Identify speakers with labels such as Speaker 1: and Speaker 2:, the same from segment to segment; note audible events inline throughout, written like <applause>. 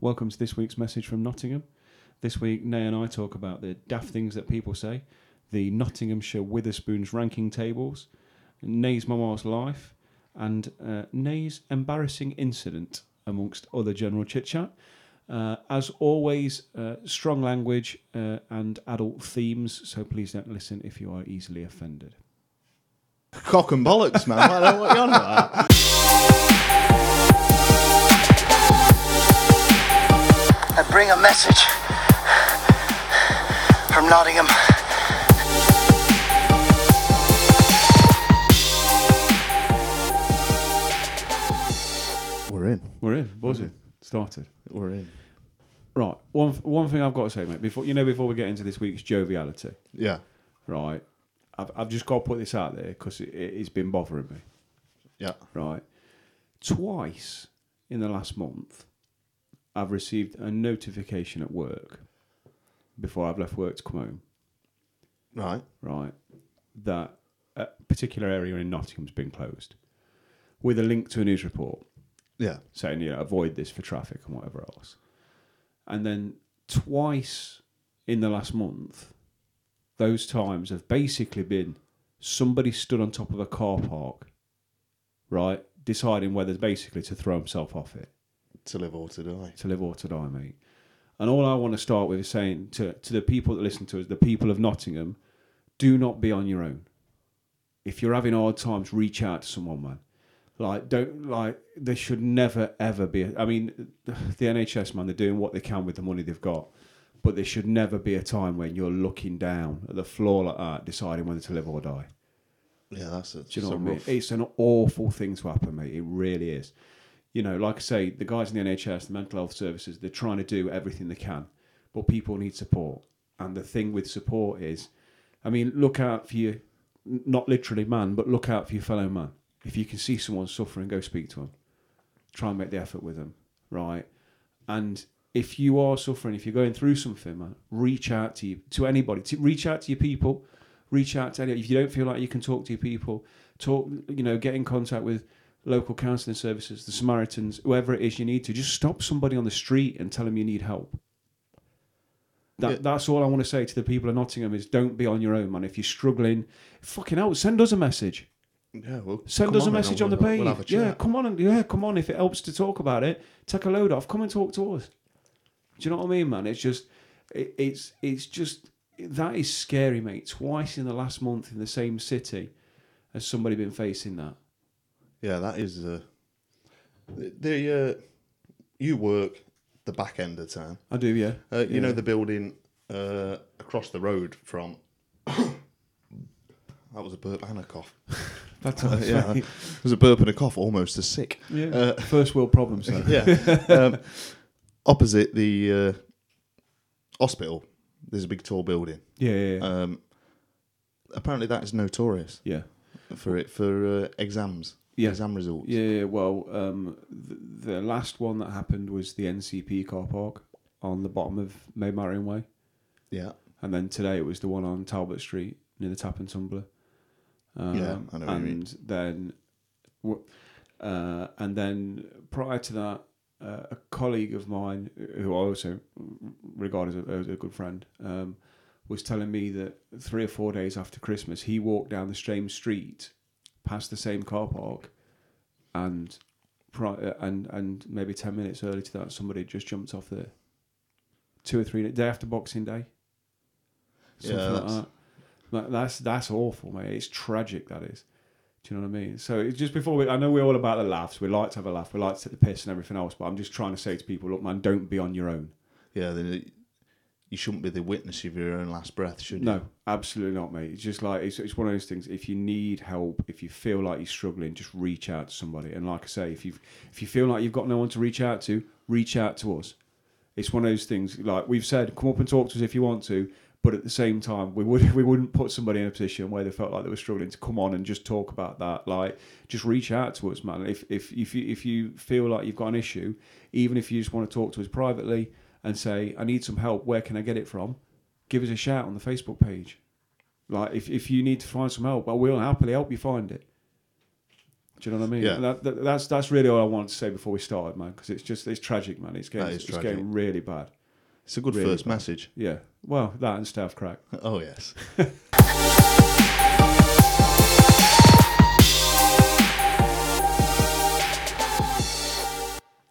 Speaker 1: Welcome to this week's message from Nottingham. This week, Nay and I talk about the daft things that people say, the Nottinghamshire Witherspoon's ranking tables, Nay's mama's life, and uh, Nay's embarrassing incident, amongst other general chit chat. Uh, as always, uh, strong language uh, and adult themes, so please don't listen if you are easily offended.
Speaker 2: Cock and bollocks, man. I don't know what you're on about.
Speaker 3: I bring a message from Nottingham.
Speaker 2: We're in.
Speaker 1: We're in, buzzing, Mm-hmm. started.
Speaker 2: We're in.
Speaker 1: Right, one one thing I've got to say, mate. Before you know, before we get into this week's joviality,
Speaker 2: Yeah.
Speaker 1: right? I've, I've just got to put this out there because it, it's been bothering me,
Speaker 2: Yeah.
Speaker 1: right? Twice in the last month, I've received a notification at work before I've left work to come home,
Speaker 2: Right.
Speaker 1: right? That a particular area in Nottingham's been closed, with a link to a news report.
Speaker 2: Yeah.
Speaker 1: saying you know avoid this for traffic and whatever else and then twice in the last month those times have basically been somebody stood on top of a car park right deciding whether basically to throw himself off it
Speaker 2: To live or to die.
Speaker 1: to live or to die mate and all i want to start with is saying to, to the people that listen to us the people of nottingham do not be on your own if you're having hard times, reach out to someone, man. Like, don't like. There should never ever be. A, I mean, <sighs> the NHS, man, they're doing what they can with the money they've got, but there should never be a time when you're looking down at the floor like that, deciding whether to live or die.
Speaker 2: Yeah, that's it.
Speaker 1: Do you know
Speaker 2: So
Speaker 1: what I mean?
Speaker 2: rough.
Speaker 1: It's an awful thing to happen, mate. It really is. You know, like I say, the guys in the NHS, the mental health services, they're trying to do everything they can, but people need support. And the thing with support is, I mean, look out for your, n- not literally man, but look out for your fellow man. If you can see someone suffering, go speak to them. Try and make the effort with them, right? And if you are suffering, if you're going through something, man, reach out to you, to anybody. To, reach out to your people. Reach out to any. If you don't feel like you can talk to your people, talk. You know, get in contact with local counselling services, the Samaritans, whoever it is you need to. Just stop somebody on the street and tell them you need help. That,
Speaker 2: Yeah.
Speaker 1: That's all I want to say to the people of Nottingham is don't be on your own, man. If you're struggling, fucking hell, send us a message.
Speaker 2: Yeah, well,
Speaker 1: Send
Speaker 2: come
Speaker 1: us a
Speaker 2: then,
Speaker 1: message on
Speaker 2: and
Speaker 1: the
Speaker 2: we'll-
Speaker 1: page.
Speaker 2: We'll have a
Speaker 1: yeah,
Speaker 2: chat.
Speaker 1: come on and yeah, come on. If it helps to talk about it, take a load off. Come and talk to us. Do you know what I mean, man? It's just, it, it's it's just that is scary, mate. Twice in the last month in the same city, has somebody been facing that?
Speaker 2: Yeah, that is. Uh, the uh, you work the back end of town.
Speaker 1: I do, yeah.
Speaker 2: Uh, you know the building uh, across the road from. <coughs> that was a burp and
Speaker 1: <laughs>
Speaker 2: a cough.
Speaker 1: That's
Speaker 2: uh, yeah, it was a burp and a cough, almost as sick.
Speaker 1: yeah.
Speaker 2: Uh,
Speaker 1: First world problems. though.
Speaker 2: <laughs> yeah. Um, opposite the uh, hospital, there's a big tall building.
Speaker 1: yeah, yeah, yeah.
Speaker 2: Um, apparently, that is notorious
Speaker 1: yeah.
Speaker 2: for it for uh, exams,
Speaker 1: Yeah.
Speaker 2: exam results.
Speaker 1: Yeah, yeah, well, um, the, the last one that happened was the NCP car park on the bottom of May Marion Way.
Speaker 2: yeah,
Speaker 1: And then today it was the one on Talbot Street near the Tap and Tumbler. Um,
Speaker 2: Yeah, I know what you
Speaker 1: and
Speaker 2: mean.
Speaker 1: then, w- uh, and then prior to that, uh, a colleague of mine who I also regard as a, as a good friend um, was telling me that three or four days after Christmas, he walked down the same street, past the same car park, and pri- uh, and and maybe ten minutes early to that, somebody had just jumped off the two or three day after Boxing Day. Something
Speaker 2: Yeah,
Speaker 1: like
Speaker 2: that's-
Speaker 1: that. Like, That's that's awful, mate. It's tragic. That is. Do you know what I mean? So it's just before we, I know we're all about the laughs. We like to have a laugh. We like to take the piss and everything else. But I'm just trying to say to people, look, man, don't be on your own.
Speaker 2: yeah. Then you shouldn't be the witness of your own last breath, should you?
Speaker 1: No, absolutely not, mate. It's just like it's, it's one of those things. If you need help, if you feel like you're struggling, just reach out to somebody. And like I say, if you if you feel like you've got no one to reach out to, reach out to us. It's one of those things. Like we've said, come up and talk to us if you want to. But at the same time, we would <laughs> we wouldn't put somebody in a position where they felt like they were struggling to come on and just talk about that. Like, just reach out to us, man. If if if you if you feel like you've got an issue, even if you just want to talk to us privately and say, I need some help. Where can I get it from? give us a shout on the Facebook page. Like if, if you need to find some help, I will happily help you find it. Do you know what I mean?
Speaker 2: Yeah.
Speaker 1: That, that, that's that's really all I wanted to say before we started, man, because it's just it's tragic, man. It's getting
Speaker 2: That is
Speaker 1: it's
Speaker 2: tragic.
Speaker 1: getting really bad.
Speaker 2: It's a good
Speaker 1: Really
Speaker 2: first
Speaker 1: bad.
Speaker 2: message. <laughs>
Speaker 1: Yeah. Well, that and staff crack.
Speaker 2: Oh yes. <laughs>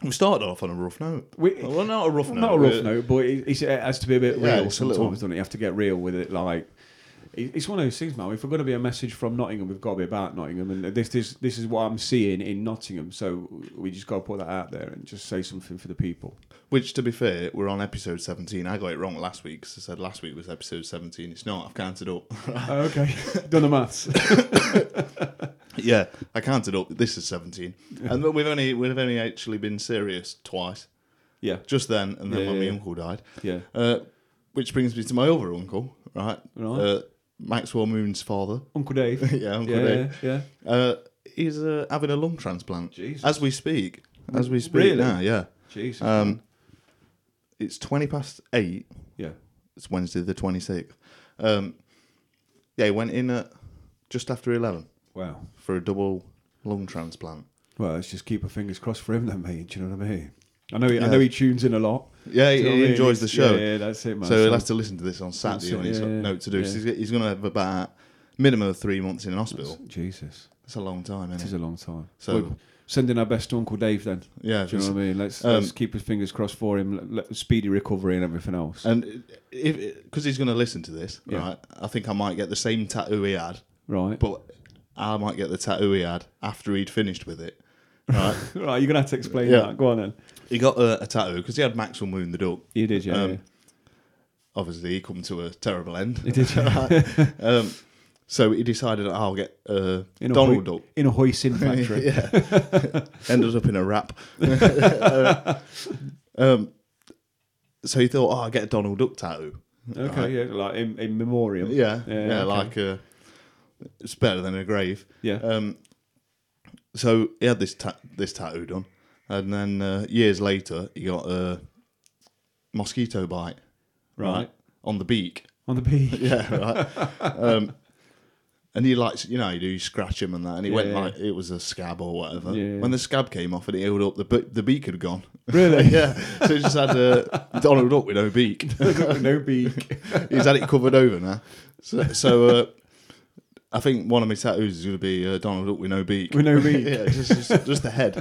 Speaker 2: we started off on a rough note.
Speaker 1: We-
Speaker 2: <laughs> well, not a rough note.
Speaker 1: Not a rough
Speaker 2: but-
Speaker 1: note, but it, it's, it has to be a bit real
Speaker 2: Yeah, it's a
Speaker 1: sometimes,
Speaker 2: little-
Speaker 1: doesn't it? You have to get real with it. Like, it- it's one of those things, man. If we're going to be a message from Nottingham, we've got to be about Nottingham, and this is this is what I'm seeing in Nottingham. So we just got to put that out there and just say something for the
Speaker 2: <laughs>
Speaker 1: people.
Speaker 2: Which, to be fair, we're on episode 17. I got it wrong last week because I said last week was episode 17. It's not. I've counted up. <laughs>
Speaker 1: okay, <laughs> done the maths.
Speaker 2: yeah, I counted up. This is 17. And we've only we've only actually been serious twice.
Speaker 1: yeah,
Speaker 2: Just then, and then
Speaker 1: Yeah,
Speaker 2: when
Speaker 1: yeah,
Speaker 2: my
Speaker 1: yeah.
Speaker 2: uncle died.
Speaker 1: yeah.
Speaker 2: Uh, which brings me to my other uncle, right?
Speaker 1: Right.
Speaker 2: Uh, Maxwell Moon's father. <laughs>
Speaker 1: Uncle Dave.
Speaker 2: yeah, Uncle
Speaker 1: yeah,
Speaker 2: Dave.
Speaker 1: yeah, yeah.
Speaker 2: Uh, he's uh, having a lung transplant
Speaker 1: Jesus.
Speaker 2: as we speak. As we speak
Speaker 1: Really?
Speaker 2: now, yeah.
Speaker 1: Jesus.
Speaker 2: Um, it's twenty past eight.
Speaker 1: yeah.
Speaker 2: It's Wednesday the twenty sixth. Um, yeah, he went in at just after eleven
Speaker 1: Wow.
Speaker 2: for a double lung transplant.
Speaker 1: Well, let's just keep our fingers crossed for him then, mate. Do you know what I mean? I know. He, I
Speaker 2: Yeah.
Speaker 1: know he tunes in a lot.
Speaker 2: Yeah,
Speaker 1: Do you know
Speaker 2: he, he
Speaker 1: what I mean?
Speaker 2: enjoys the
Speaker 1: It's-
Speaker 2: show.
Speaker 1: Yeah, yeah, that's it, man.
Speaker 2: So he'll have to listen to this on Saturday
Speaker 1: That's it,
Speaker 2: when he's
Speaker 1: yeah,
Speaker 2: got
Speaker 1: yeah,
Speaker 2: no to do. So
Speaker 1: yeah.
Speaker 2: he's, he's going to have about minimum of three months in hospital. That's,
Speaker 1: Jesus.
Speaker 2: a long time,
Speaker 1: It
Speaker 2: isn't
Speaker 1: is
Speaker 2: it?
Speaker 1: a long time.
Speaker 2: So-
Speaker 1: So sending our best to Uncle Dave then.
Speaker 2: Yeah,
Speaker 1: Do you know what I mean? Let's,
Speaker 2: Um,
Speaker 1: let's keep his fingers crossed for him. Let, let- speedy recovery and everything else.
Speaker 2: and if because he's going to listen to this,
Speaker 1: Yeah.
Speaker 2: right? I think I might get the same tattoo he had,
Speaker 1: right.
Speaker 2: but I might get the tattoo he had after he'd finished with it.
Speaker 1: <laughs>
Speaker 2: Right?
Speaker 1: <laughs> right, you're gonna have to explain
Speaker 2: Yeah.
Speaker 1: that. Go on then.
Speaker 2: he got a, a tattoo because he had Maxwell Moon the duck.
Speaker 1: You did, yeah.
Speaker 2: Um,
Speaker 1: yeah.
Speaker 2: Obviously, he come to a terrible end.
Speaker 1: You
Speaker 2: <laughs>
Speaker 1: did.
Speaker 2: um, so he decided I'll get uh,
Speaker 1: In a
Speaker 2: Donald
Speaker 1: hoi-
Speaker 2: Duck.
Speaker 1: in a
Speaker 2: <laughs>
Speaker 1: hoisin factory.
Speaker 2: yeah.
Speaker 1: <laughs>
Speaker 2: Ended up in a wrap. <laughs> um, so he thought, oh, I'll get a Donald Duck tattoo.
Speaker 1: Okay,
Speaker 2: Right.
Speaker 1: yeah, like in, in memoriam.
Speaker 2: Yeah, yeah,
Speaker 1: Yeah, okay.
Speaker 2: like uh, it's better than a grave.
Speaker 1: Yeah.
Speaker 2: Um, so he had this ta- this tattoo done, and then uh, years later he got a mosquito bite.
Speaker 1: Right.
Speaker 2: on the beak.
Speaker 1: On the beach.
Speaker 2: Yeah, right. um, and he likes, you know, you do you scratch him and that, and he went
Speaker 1: Yeah.
Speaker 2: like it was a scab or whatever.
Speaker 1: Yeah.
Speaker 2: When the scab came off and it healed up, the be- the beak had gone. <laughs>
Speaker 1: Really?
Speaker 2: <laughs> yeah. So he just had uh, Donald up with no beak.
Speaker 1: <laughs>
Speaker 2: <laughs>
Speaker 1: no beak.
Speaker 2: He's had it covered over now. So, so uh, I think one of my tattoos is going to be uh, Donald Duck with no beak.
Speaker 1: With no beak.
Speaker 2: <laughs> yeah, just, just just the head.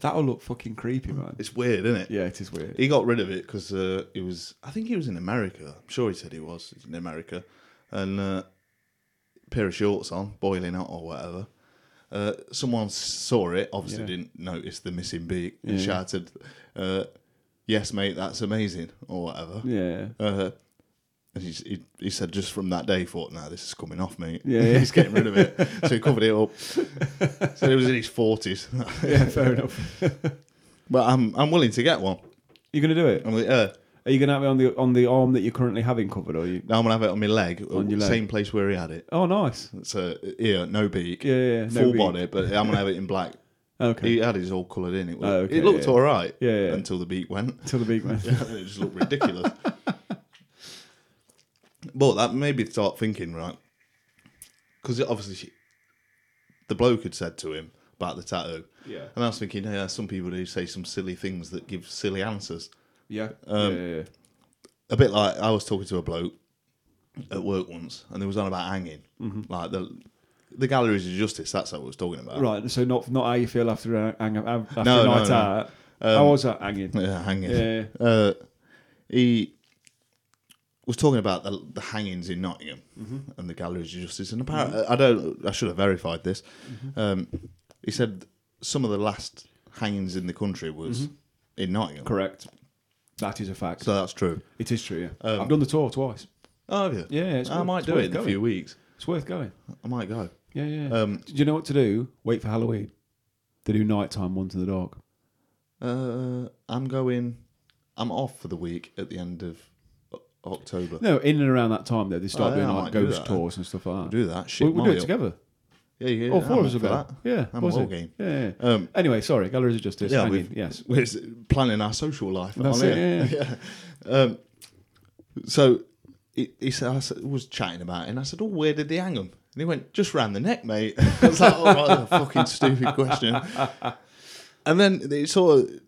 Speaker 1: That'll look fucking creepy, man.
Speaker 2: It's weird, isn't it?
Speaker 1: Yeah, it is weird.
Speaker 2: He got rid of it because uh, he was. I think he was in America. I'm sure he said he was in America, and uh, pair of shorts on, boiling hot or whatever. Uh, someone saw it. Obviously,
Speaker 1: Yeah.
Speaker 2: didn't notice the missing beak and
Speaker 1: Yeah.
Speaker 2: shouted, uh, "Yes, mate, that's amazing," or whatever.
Speaker 1: Yeah.
Speaker 2: Uh, and he, he, he said just from that day, he thought, "No, this is coming off, mate.
Speaker 1: Yeah, yeah.
Speaker 2: <laughs> he's getting rid of it." So he covered it
Speaker 1: <laughs>
Speaker 2: up. so he was in his forties.
Speaker 1: Yeah, fair enough.
Speaker 2: but I'm I'm willing to get one.
Speaker 1: You're gonna do it.
Speaker 2: I'm, wi- uh,
Speaker 1: Are you gonna have it on the on the arm that you're currently having covered, or you?
Speaker 2: Now I'm gonna have it on my leg,
Speaker 1: On your leg.
Speaker 2: same place where he had it.
Speaker 1: Oh, nice.
Speaker 2: So ear, no beak,
Speaker 1: Yeah, yeah, yeah, no
Speaker 2: Uh, full
Speaker 1: beak.
Speaker 2: body, but I'm gonna have it in black.
Speaker 1: <laughs> Okay.
Speaker 2: He had his all coloured in. It, was,
Speaker 1: Oh, okay,
Speaker 2: it looked
Speaker 1: yeah.
Speaker 2: all right,
Speaker 1: Yeah, yeah.
Speaker 2: until the beak went. <laughs>
Speaker 1: Till the beak, man.
Speaker 2: it just looked ridiculous. but that made me start thinking, right? Because obviously, she, the bloke had said to him about the tattoo,
Speaker 1: Yeah.
Speaker 2: and I was thinking, yeah, some people do say some silly things that give silly answers.
Speaker 1: Yeah.
Speaker 2: Um,
Speaker 1: yeah, yeah, yeah.
Speaker 2: a bit like I was talking to a bloke at work once, and they was on about hanging,
Speaker 1: Mm-hmm.
Speaker 2: like the the galleries of justice. That's what I was talking about.
Speaker 1: Right. So not not how you feel after a, hang, after
Speaker 2: No,
Speaker 1: a
Speaker 2: no,
Speaker 1: night
Speaker 2: no.
Speaker 1: out. how was that hanging?
Speaker 2: Yeah, hanging.
Speaker 1: Yeah.
Speaker 2: Uh, he was talking about the, the hangings in Nottingham
Speaker 1: Mm-hmm.
Speaker 2: and the galleries of justice, and apparently, I don't. I should have verified this.
Speaker 1: Mm-hmm.
Speaker 2: Um, he said some of the last hangings in the country was in Nottingham.
Speaker 1: Mm-hmm. Correct. That is a fact.
Speaker 2: So that's true.
Speaker 1: it is true. Yeah. I've done the tour twice.
Speaker 2: Oh, have you?
Speaker 1: Yeah, it's
Speaker 2: I
Speaker 1: worth-
Speaker 2: might
Speaker 1: it's
Speaker 2: do
Speaker 1: worth
Speaker 2: it in a
Speaker 1: going.
Speaker 2: few weeks.
Speaker 1: It's worth going.
Speaker 2: I might go.
Speaker 1: Yeah, yeah.
Speaker 2: Um,
Speaker 1: do you know what to do? Wait for Halloween. They do nighttime ones in the dark.
Speaker 2: Uh, I'm going. I'm off for the week at the end of O- October.
Speaker 1: No, in and around that time though, they start
Speaker 2: Oh, yeah,
Speaker 1: doing
Speaker 2: I
Speaker 1: like
Speaker 2: might do
Speaker 1: ghost
Speaker 2: that.
Speaker 1: tours and stuff like that.
Speaker 2: Do that shit.
Speaker 1: We'll, we'll do
Speaker 2: Mario.
Speaker 1: it together.
Speaker 2: Yeah, yeah.
Speaker 1: All four
Speaker 2: I'm
Speaker 1: of us
Speaker 2: up
Speaker 1: will
Speaker 2: for
Speaker 1: go.
Speaker 2: that.
Speaker 1: Yeah,
Speaker 2: I'm
Speaker 1: was
Speaker 2: all
Speaker 1: it?
Speaker 2: game.
Speaker 1: Yeah. yeah.
Speaker 2: Um,
Speaker 1: anyway, sorry, Galleries of Justice.
Speaker 2: Yeah,
Speaker 1: hanging,
Speaker 2: we've,
Speaker 1: yes.
Speaker 2: we're s- planning our social life.
Speaker 1: That's
Speaker 2: on
Speaker 1: it,
Speaker 2: here.
Speaker 1: yeah,
Speaker 2: <laughs> Yeah. Um, so he, he said, I s- was chatting about it, and I said, "Oh, where did they hang them?" And he went, just round the neck, mate. <laughs> I was like, oh, what a fucking stupid question. And then it sort of,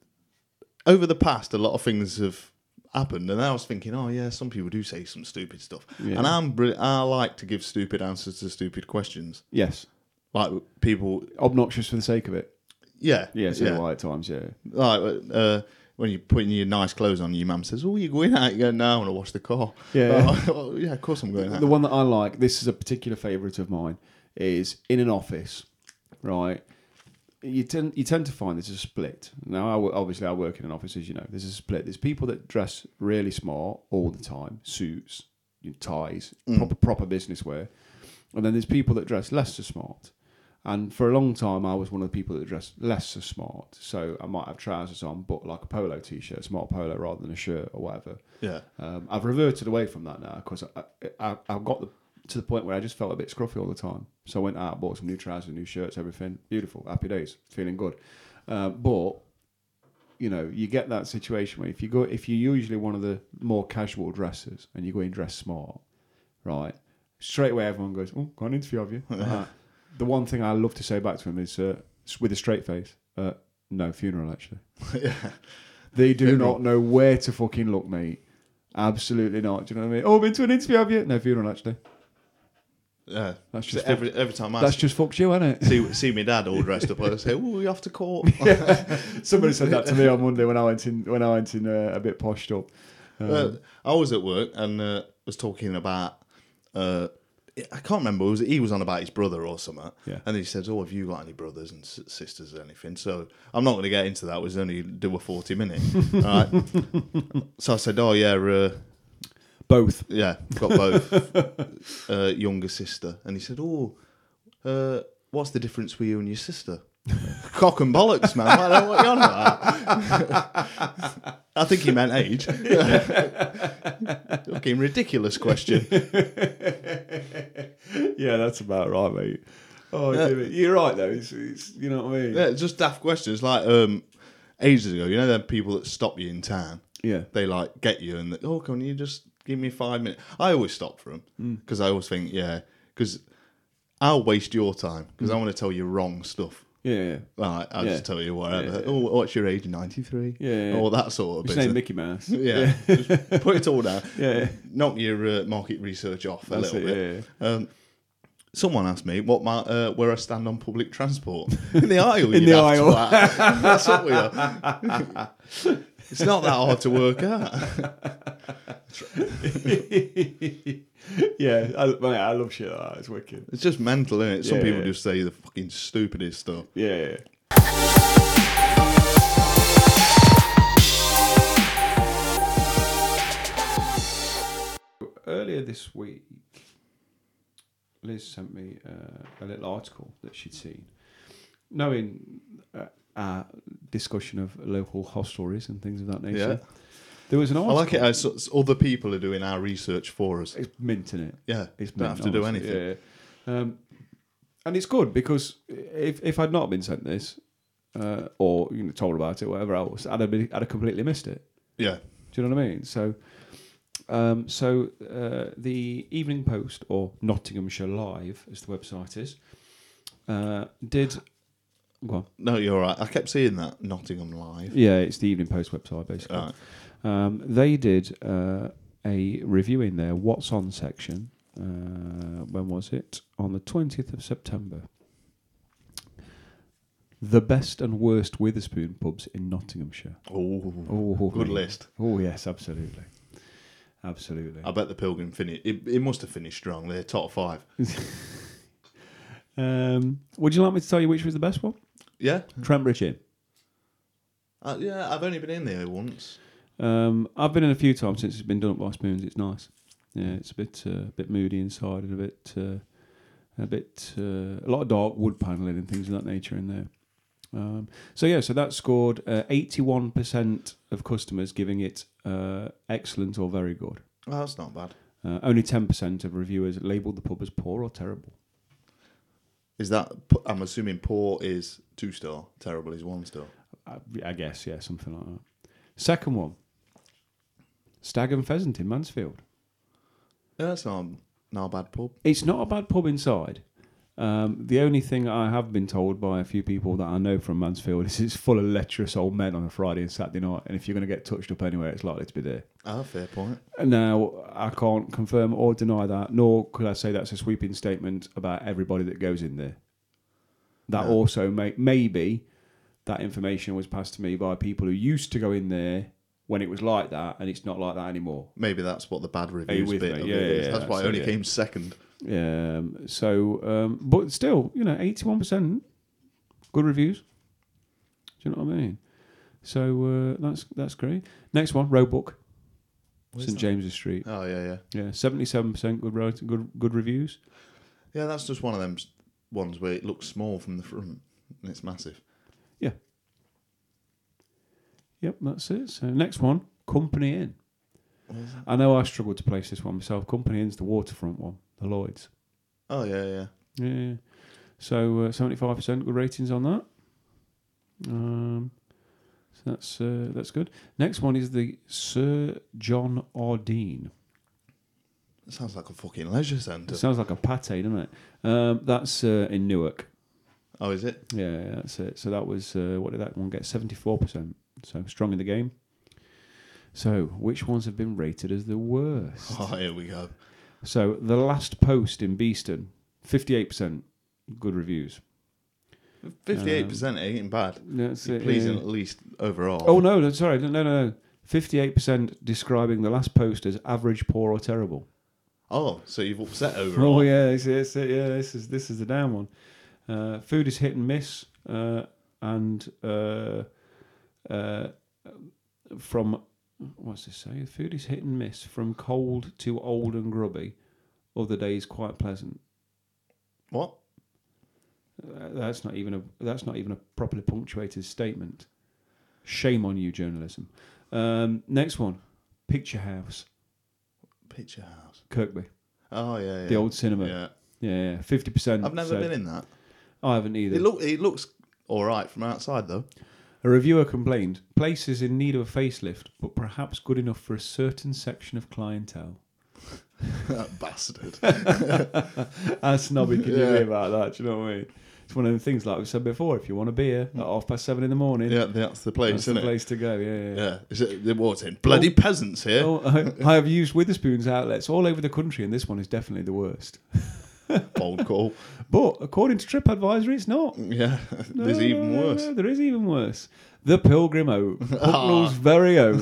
Speaker 2: over the past, a lot of things have happened. And I was thinking, oh, yeah, some people do say some stupid stuff. And I'm brilli- I like to give stupid answers to stupid questions.
Speaker 1: Yes.
Speaker 2: Like people,
Speaker 1: Obnoxious for the sake of it.
Speaker 2: yeah.
Speaker 1: Yeah, so do I at times, yeah.
Speaker 2: Like uh, when you're putting your nice clothes on, your mum says, oh, you're going out? You go, no, I want to wash the car.
Speaker 1: Yeah.
Speaker 2: <laughs> Oh, yeah, of course I'm going out.
Speaker 1: The one that I like, this is a particular favourite of mine, is in an office, right? You tend you tend to find there's a split. Now, I w obviously, I work in an office, as you know. There's a split. There's people that dress really smart all the time, suits, you know, ties, proper proper business wear, and then there's people that dress less so smart. And for a long time, I was one of the people that dressed less so smart. So I might have trousers on, but like a polo t-shirt, smart polo rather than a shirt or whatever.
Speaker 2: Yeah.
Speaker 1: Um, I've reverted away from that now because I, I, I got the, to the point where I just felt a bit scruffy all the time. So I went out, bought some new trousers, new shirts, everything. Beautiful, happy days, feeling good. Uh, but you know, you get that situation where if you go, if you're usually one of the more casual dressers and you go in dress smart, right? Straight away, everyone goes, "Oh, got an interview of you." Uh, the one thing I love to say back to him is, uh, s- with a straight face, uh, "No funeral, actually." They do not know where to fucking look, mate. Absolutely not. Do you know what I mean? Oh, been to an interview, have you? No funeral, actually.
Speaker 2: Yeah.
Speaker 1: That's
Speaker 2: So
Speaker 1: just fuck-
Speaker 2: every, every time I
Speaker 1: That's just fucked you, isn't it?
Speaker 2: see see my dad all dressed up. I say, "Oh, we off to court."
Speaker 1: <laughs> Somebody said that to me on Monday when I went in when I went in uh, a bit poshed up.
Speaker 2: Uh, I was at work and uh, was talking about. Uh, I can't remember. Was it- he was on about his brother or something?
Speaker 1: Yeah.
Speaker 2: And he says, "Oh, have you got any brothers and s- sisters or anything?" So I'm not going to get into that. It was only do a forty
Speaker 1: <laughs>
Speaker 2: minute. all right. So I said, "Oh yeah, uh,
Speaker 1: Both.
Speaker 2: yeah, got both uh, younger sister." And he said, "Oh, uh, what's the difference with you and your sister?" Cock and bollocks, man. I don't know what you're on about. I think he meant age. Fucking ridiculous question.
Speaker 1: Yeah, that's about right, mate. Oh, dear, you're right though. It's, it's you know what I mean.
Speaker 2: Yeah, just daft questions like um, ages ago. You know, them people that stop you in town.
Speaker 1: Yeah.
Speaker 2: they like get you and they, oh, can you just give me five minutes? I always stop for them
Speaker 1: Mm.
Speaker 2: because I always think yeah, because I'll waste your time because I want to tell you wrong stuff.
Speaker 1: Yeah, yeah.
Speaker 2: Right, I'll
Speaker 1: Mm. Yeah.
Speaker 2: just tell you whatever.
Speaker 1: Yeah.
Speaker 2: Oh, what's your age? Ninety three.
Speaker 1: Yeah, yeah.
Speaker 2: All that sort of
Speaker 1: His name
Speaker 2: business.
Speaker 1: Mickey <laughs> Mouse.
Speaker 2: Yeah, <laughs> Just put it all down.
Speaker 1: <laughs> Yeah, yeah.
Speaker 2: knock your uh, market research off a
Speaker 1: That's
Speaker 2: little
Speaker 1: it,
Speaker 2: bit. Um, someone asked me what my uh, where I stand on public
Speaker 1: <laughs>
Speaker 2: transport in the aisle.
Speaker 1: In
Speaker 2: you
Speaker 1: the
Speaker 2: daft
Speaker 1: aisle.
Speaker 2: twat. <laughs> That's what we are.
Speaker 1: <laughs>
Speaker 2: it's not that hard to work out.
Speaker 1: <laughs> yeah, I, mate, I love shit like that. It's wicked.
Speaker 2: It's just mental, innit? Some
Speaker 1: Yeah,
Speaker 2: people
Speaker 1: yeah.
Speaker 2: just say the fucking stupidest stuff.
Speaker 1: Yeah, yeah. Earlier this week, Liz sent me uh, a little article that she'd seen, knowing uh, our discussion of local hostelries and things of that nature.
Speaker 2: Yeah.
Speaker 1: There was an
Speaker 2: I
Speaker 1: article.
Speaker 2: like it how so- so other people are doing our research for us.
Speaker 1: It's mint in it.
Speaker 2: Yeah,
Speaker 1: it's
Speaker 2: don't
Speaker 1: mint,
Speaker 2: have to do
Speaker 1: honestly.
Speaker 2: anything.
Speaker 1: Yeah, yeah. Um, and it's good because if if I'd not been sent this uh, or you know told about it, whatever else, I'd have been, I'd have completely missed it.
Speaker 2: Yeah,
Speaker 1: Do you know what I mean? So, um, so uh, the Evening Post or Nottinghamshire Live, as the website is, uh, did. Go on.
Speaker 2: no, you're right. I kept seeing that Nottingham Live.
Speaker 1: Yeah, it's the Evening Post website basically.
Speaker 2: Right.
Speaker 1: Um, they did uh, a review in their What's On section. Uh, when was it? On the 20th of September. The best and worst Witherspoon pubs in Nottinghamshire.
Speaker 2: Oh,
Speaker 1: Oh,
Speaker 2: good
Speaker 1: yeah.
Speaker 2: list.
Speaker 1: Oh, yes, absolutely. Absolutely.
Speaker 2: I bet the Pilgrim finished. It, it must have finished strong. They're top five.
Speaker 1: <laughs> Um, would you like me to tell you which was the best one?
Speaker 2: Yeah,
Speaker 1: Trembridge Inn.
Speaker 2: uh, yeah. I've only been in there once.
Speaker 1: Um, I've been in a few times since it's been done up by spoons. It's nice. Yeah, it's a bit uh, a bit moody inside and a bit uh, a bit uh, a lot of dark wood paneling and things of that nature in there. Um, so yeah, so that scored eighty one percent of customers giving it uh, excellent or very good.
Speaker 2: Oh, that's not bad.
Speaker 1: Uh, only ten percent of reviewers labelled the pub as poor or terrible.
Speaker 2: Is that? p- I'm assuming poor is two star, terrible is one star.
Speaker 1: I, I guess yeah, something like that. Second one, Stag and Pheasant in Mansfield.
Speaker 2: Yeah, that's not. not a bad pub.
Speaker 1: It's not a bad pub inside. Um, the only thing I have been told by a few people that I know from Mansfield is it's full of lecherous old men on a Friday and Saturday night, and if you're going to get touched up anywhere, it's likely to be there.
Speaker 2: Ah, fair point.
Speaker 1: Now, I can't confirm or deny that, nor could I say that's a sweeping statement about everybody that goes in there. That also may maybe that information was passed to me by people who used to go in there when it was like that, and it's not like that anymore.
Speaker 2: Maybe that's what the bad reviews
Speaker 1: with
Speaker 2: bit
Speaker 1: me?
Speaker 2: of
Speaker 1: Yeah,
Speaker 2: it is.
Speaker 1: yeah,
Speaker 2: That's why I
Speaker 1: so,
Speaker 2: only
Speaker 1: yeah.
Speaker 2: came second.
Speaker 1: Um, so, um, but still, you know, eighty-one percent good reviews. Do you know what I mean? So uh, that's that's great. Next one, Roebuck, St James's Street.
Speaker 2: Oh yeah, yeah,
Speaker 1: Yeah, seventy-seven percent good writ- good good reviews.
Speaker 2: yeah. That's just one of them s- ones where it looks small from the front and it's massive.
Speaker 1: Yeah. Yep, that's it. So next one, Company Inn. I know I struggled to place this one myself. Company Inn's the waterfront one, the Lloyd's.
Speaker 2: Oh yeah, yeah.
Speaker 1: Yeah. So uh, seventy-five percent good ratings on that. Um, so that's uh, that's good. Next one is the Sir John Ordine.
Speaker 2: It sounds like a fucking leisure centre.
Speaker 1: It sounds like a pate, doesn't it? Um, that's uh, in Newark.
Speaker 2: oh, is <laughs> it?
Speaker 1: Yeah, yeah, that's it. So that was uh, what did that one get? Seventy-four percent. So strong in the game. So which ones have been rated as the worst?
Speaker 2: Oh, here we go.
Speaker 1: So the last post in Beeston, fifty-eight percent good reviews.
Speaker 2: Fifty-eight percent ain't bad.
Speaker 1: That's
Speaker 2: You're
Speaker 1: it,
Speaker 2: pleasing
Speaker 1: yeah.
Speaker 2: at least overall.
Speaker 1: Oh no, no, sorry, no, no, no. Fifty-eight percent describing the last post as average, poor, or terrible.
Speaker 2: Oh, so you've <laughs> upset overall.
Speaker 1: Oh yeah, it's, it's, it, yeah. This is this is the down one. Uh, food is hit and miss, uh, and uh, uh, from what's this say? Food is hit and miss from cold to old and grubby. Other days quite pleasant.
Speaker 2: What?
Speaker 1: Uh, that's not even a that's not even a properly punctuated statement. Shame on you, journalism. Um, next one, Picture House,
Speaker 2: Picture house.
Speaker 1: Kirkby,
Speaker 2: Oh yeah, yeah.
Speaker 1: the old cinema.
Speaker 2: Yeah.
Speaker 1: Yeah, fifty percent.
Speaker 2: I've never been in that.
Speaker 1: I haven't either.
Speaker 2: It look it looks all right from outside though. <laughs>
Speaker 1: A reviewer complained, place is in need of a facelift, but perhaps good enough for a certain section of clientele. <laughs>
Speaker 2: that bastard.
Speaker 1: How snobby can you
Speaker 2: Yeah.
Speaker 1: be about that? Do you know what I mean? It's one of the things, like we said before, if you want a beer at half past seven in the morning,
Speaker 2: <laughs> yeah, that's the place,
Speaker 1: that's
Speaker 2: isn't
Speaker 1: the
Speaker 2: it?
Speaker 1: place to go. Yeah, yeah. yeah.
Speaker 2: Yeah, is it the water in? Bloody peasants here.
Speaker 1: Oh, I, I have used Witherspoon's outlets all over the country, and this one is definitely the worst.
Speaker 2: Bold
Speaker 1: <laughs>
Speaker 2: call.
Speaker 1: But according to TripAdvisor, it's not.
Speaker 2: Yeah,
Speaker 1: No,
Speaker 2: Mm, there's
Speaker 1: no,
Speaker 2: even
Speaker 1: no,
Speaker 2: worse.
Speaker 1: no, there is even worse. The Pilgrim Oak,
Speaker 2: <laughs>
Speaker 1: Hucknall's
Speaker 2: Ah.
Speaker 1: very own.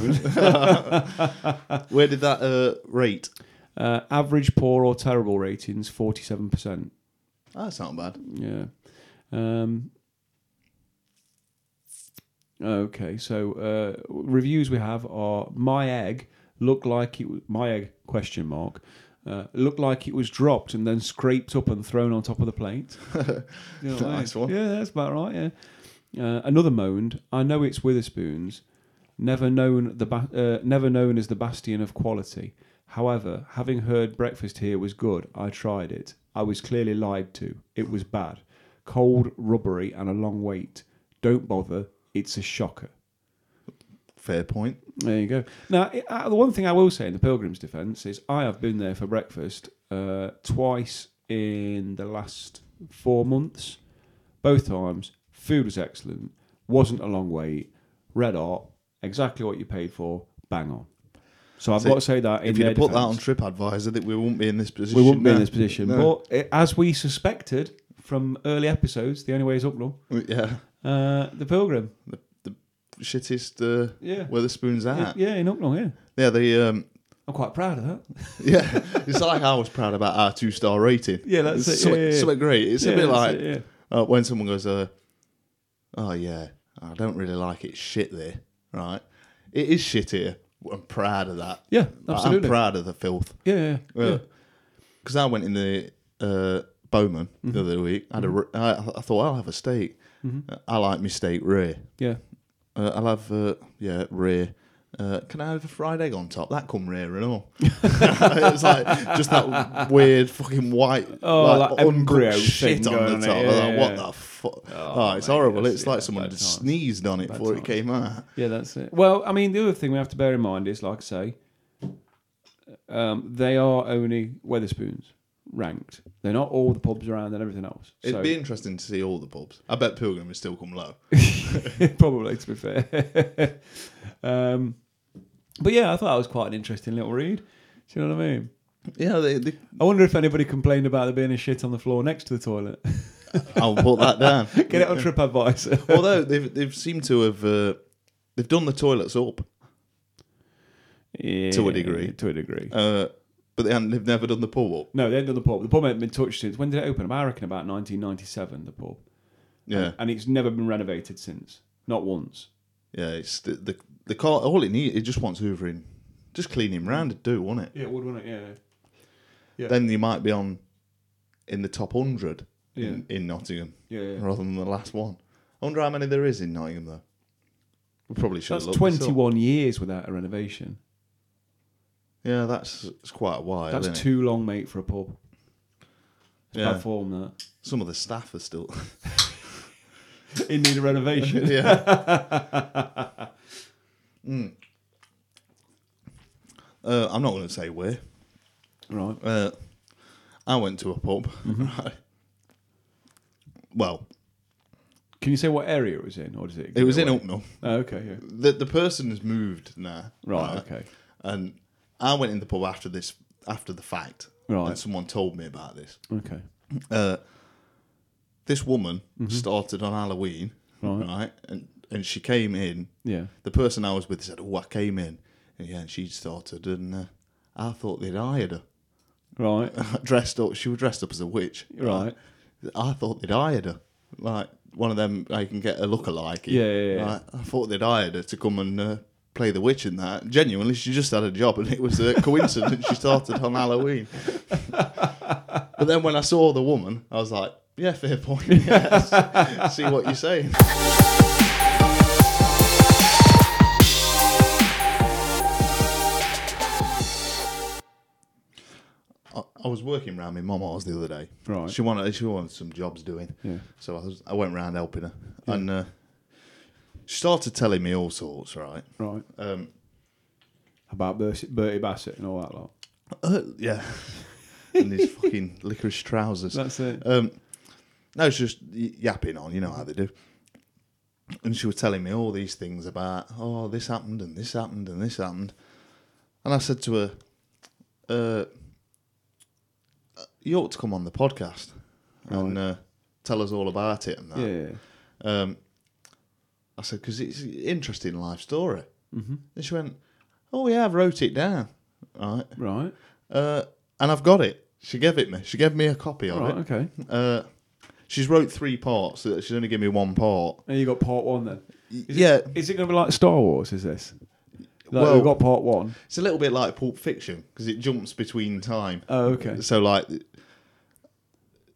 Speaker 2: Where did that uh, rate?
Speaker 1: Uh, average, poor, or terrible ratings, forty-seven percent.
Speaker 2: Oh, that's not bad.
Speaker 1: Yeah. Um, okay, so uh, reviews we have are my egg looked like it w- my egg question mark uh, looked like it was dropped and then scraped up and thrown on top of the plate.
Speaker 2: <laughs>
Speaker 1: You know what I mean?
Speaker 2: Nice one.
Speaker 1: Yeah, that's about right. Yeah. Uh, another moaned. I know it's Witherspoon's. Never known the ba- uh, never known as the bastion of quality. However, having heard breakfast here was good, I tried it. I was clearly lied to. It was bad, cold, rubbery, and a long wait. Don't bother. It's a shocker.
Speaker 2: Fair point.
Speaker 1: There you go. Now, i- uh, the one thing I will say in the Pilgrim's defence is I have been there for breakfast uh, twice in the last four months. Both times, food was excellent, wasn't a long wait, red hot, exactly what you paid for, bang on. So I've
Speaker 2: So
Speaker 1: got to say that in
Speaker 2: if you'd
Speaker 1: their
Speaker 2: have put that on
Speaker 1: defence,
Speaker 2: TripAdvisor, that we wouldn't be in this position.
Speaker 1: we wouldn't be in
Speaker 2: now.
Speaker 1: this position.
Speaker 2: No.
Speaker 1: But it, as we suspected from early episodes, the only way is Ucknall,
Speaker 2: yeah,
Speaker 1: uh, the Pilgrim.
Speaker 2: the, the shittest. Uh,
Speaker 1: Yeah.
Speaker 2: where the spoons at? Yeah,
Speaker 1: Yeah, in Ucknall, yeah.
Speaker 2: they. Um, <laughs>
Speaker 1: I'm quite proud of that.
Speaker 2: yeah, it's like I was proud about our two star rating.
Speaker 1: Yeah, that's
Speaker 2: It's
Speaker 1: it,
Speaker 2: Something,
Speaker 1: yeah, yeah.
Speaker 2: something great. It's
Speaker 1: Yeah,
Speaker 2: a bit
Speaker 1: that's
Speaker 2: like
Speaker 1: it, yeah.
Speaker 2: uh, when someone goes, uh, "Oh yeah, I don't really like it. Shit there, right? It is shit here. I'm proud of that.
Speaker 1: Yeah,
Speaker 2: Like,
Speaker 1: absolutely.
Speaker 2: I'm proud of the filth.
Speaker 1: Yeah, yeah, yeah.
Speaker 2: Because I went in the uh, Bowman
Speaker 1: Mm-hmm.
Speaker 2: the other week. I, had a, r- I, I thought I'll have a steak. Uh, I like my steak rare.
Speaker 1: yeah.
Speaker 2: Uh, I'll have uh, yeah rare. Uh, can I have a fried egg on top? That come rare and all. <laughs> it's like just that weird fucking white,
Speaker 1: Oh, that
Speaker 2: uncooked
Speaker 1: embryo
Speaker 2: shit
Speaker 1: thing
Speaker 2: on
Speaker 1: going on it,
Speaker 2: the top. I'm
Speaker 1: yeah,
Speaker 2: like,
Speaker 1: yeah,
Speaker 2: what
Speaker 1: yeah.
Speaker 2: the fuck? Oh, it's
Speaker 1: mate,
Speaker 2: horrible.
Speaker 1: that's-
Speaker 2: It's
Speaker 1: yeah,
Speaker 2: like someone
Speaker 1: bad
Speaker 2: had
Speaker 1: times.
Speaker 2: sneezed on it before it
Speaker 1: times.
Speaker 2: came out.
Speaker 1: Yeah, that's it. Well, I mean, the other thing we have to bear in mind is, like I say, um, they are only Weatherspoons. ranked. They're not all the pubs around and everything else.
Speaker 2: It'd
Speaker 1: so
Speaker 2: be interesting to see all the pubs. I bet Pilgrim would still
Speaker 1: <laughs>
Speaker 2: come low.
Speaker 1: probably to be fair. <laughs> um, but yeah, I thought that was quite an interesting little read. Do you know what I mean?
Speaker 2: Yeah, they, they,
Speaker 1: I wonder if anybody complained about there being a shit on the floor next to the toilet. <laughs>
Speaker 2: I'll put that down.
Speaker 1: Get it on TripAdvisor.
Speaker 2: <laughs> Although they've they've seemed to have uh, they've done the toilets up,
Speaker 1: yeah,
Speaker 2: <laughs> To a degree.
Speaker 1: To a degree.
Speaker 2: uh, but they haven't, they've never done the pub up.
Speaker 1: No, they haven't done the pub. The pub hadn't been touched since. When did it open? I reckon about 1997, the pub.
Speaker 2: Yeah,
Speaker 1: And it's never been renovated since. Not once.
Speaker 2: yeah. It's the the, the car. All it needs, it just wants hoovering, just clean him round. It'd do, won't it?
Speaker 1: Yeah, it would, wouldn't it? Yeah.
Speaker 2: Then you might be on in the top hundred in, in Nottingham
Speaker 1: Yeah. Yeah.
Speaker 2: rather than the last one. I wonder how many there is in Nottingham though. We probably should.
Speaker 1: That's
Speaker 2: have looked this up.
Speaker 1: 21 years without a renovation.
Speaker 2: Yeah, that's it's quite a while.
Speaker 1: That's
Speaker 2: isn't it?
Speaker 1: too long, mate, for a pub. It's
Speaker 2: Yeah.
Speaker 1: bad form, that. <laughs>
Speaker 2: Some of the staff are still.
Speaker 1: It need a renovation. <laughs>
Speaker 2: yeah. <laughs> Mm. Uh, I'm not going to say where.
Speaker 1: right.
Speaker 2: Uh, I went to a pub.
Speaker 1: Mm-hmm.
Speaker 2: Right. <laughs> Well,
Speaker 1: Can you say what area it was in, or does it?
Speaker 2: it was in
Speaker 1: away?
Speaker 2: Upnall.
Speaker 1: Oh, okay. Yeah.
Speaker 2: The the person has moved now. Uh,
Speaker 1: Right. Okay.
Speaker 2: And I went in the pub after this, after the fact.
Speaker 1: Right.
Speaker 2: And someone told me about this.
Speaker 1: Okay.
Speaker 2: Uh, this woman started on Halloween.
Speaker 1: Mm-hmm. Right.
Speaker 2: And and she came in
Speaker 1: Yeah.
Speaker 2: the person I was with said, "Oh, I came in, and yeah, and she started, and uh, I thought they'd hired her, <laughs>
Speaker 1: Right.
Speaker 2: dressed up. She was dressed up as a witch,
Speaker 1: Right.
Speaker 2: I thought they'd hired her, like one of them. I can get a lookalike.
Speaker 1: Yeah, yeah, yeah.
Speaker 2: Right? I thought they'd hired her to come and uh, play the witch in that. Genuinely, she just had a job, and it was a <laughs> coincidence she started on Halloween. <laughs> but then when I saw the woman, I was like, "Yeah, fair point. <laughs> Yes. <laughs> See what you're saying." I I was working round my mum house the other day.
Speaker 1: Right.
Speaker 2: She wanted she wanted some jobs doing.
Speaker 1: Yeah.
Speaker 2: So I was, I went round helping her, and uh, she started telling me all sorts. Right.
Speaker 1: Right.
Speaker 2: Um.
Speaker 1: About Bers- Bertie Bassett and all that lot.
Speaker 2: uh, yeah. <laughs> and these fucking licorice trousers.
Speaker 1: That's it.
Speaker 2: Um, no, it's just y- yapping on. You know how they do. And she was telling me all these things about, oh, this happened and this happened and this happened. And I said to her, uh, you ought to come on the podcast and uh, tell us all about it and that.
Speaker 1: yeah. yeah.
Speaker 2: Um, I said, because it's an interesting life story. Mm-hmm. And she went, oh, yeah, I've wrote it down. All right.
Speaker 1: Right.
Speaker 2: Uh, and I've got it. She gave it me. She gave me a copy of
Speaker 1: All right.
Speaker 2: it.
Speaker 1: Okay.
Speaker 2: Uh, she's wrote three parts. So she's only given me one part.
Speaker 1: And you got part one then. Is
Speaker 2: yeah.
Speaker 1: It, is it going to be like Star Wars? Is this? Like
Speaker 2: Well-
Speaker 1: we've got part one.
Speaker 2: It's a little bit like Pulp Fiction because it jumps between time.
Speaker 1: Oh, okay.
Speaker 2: So like,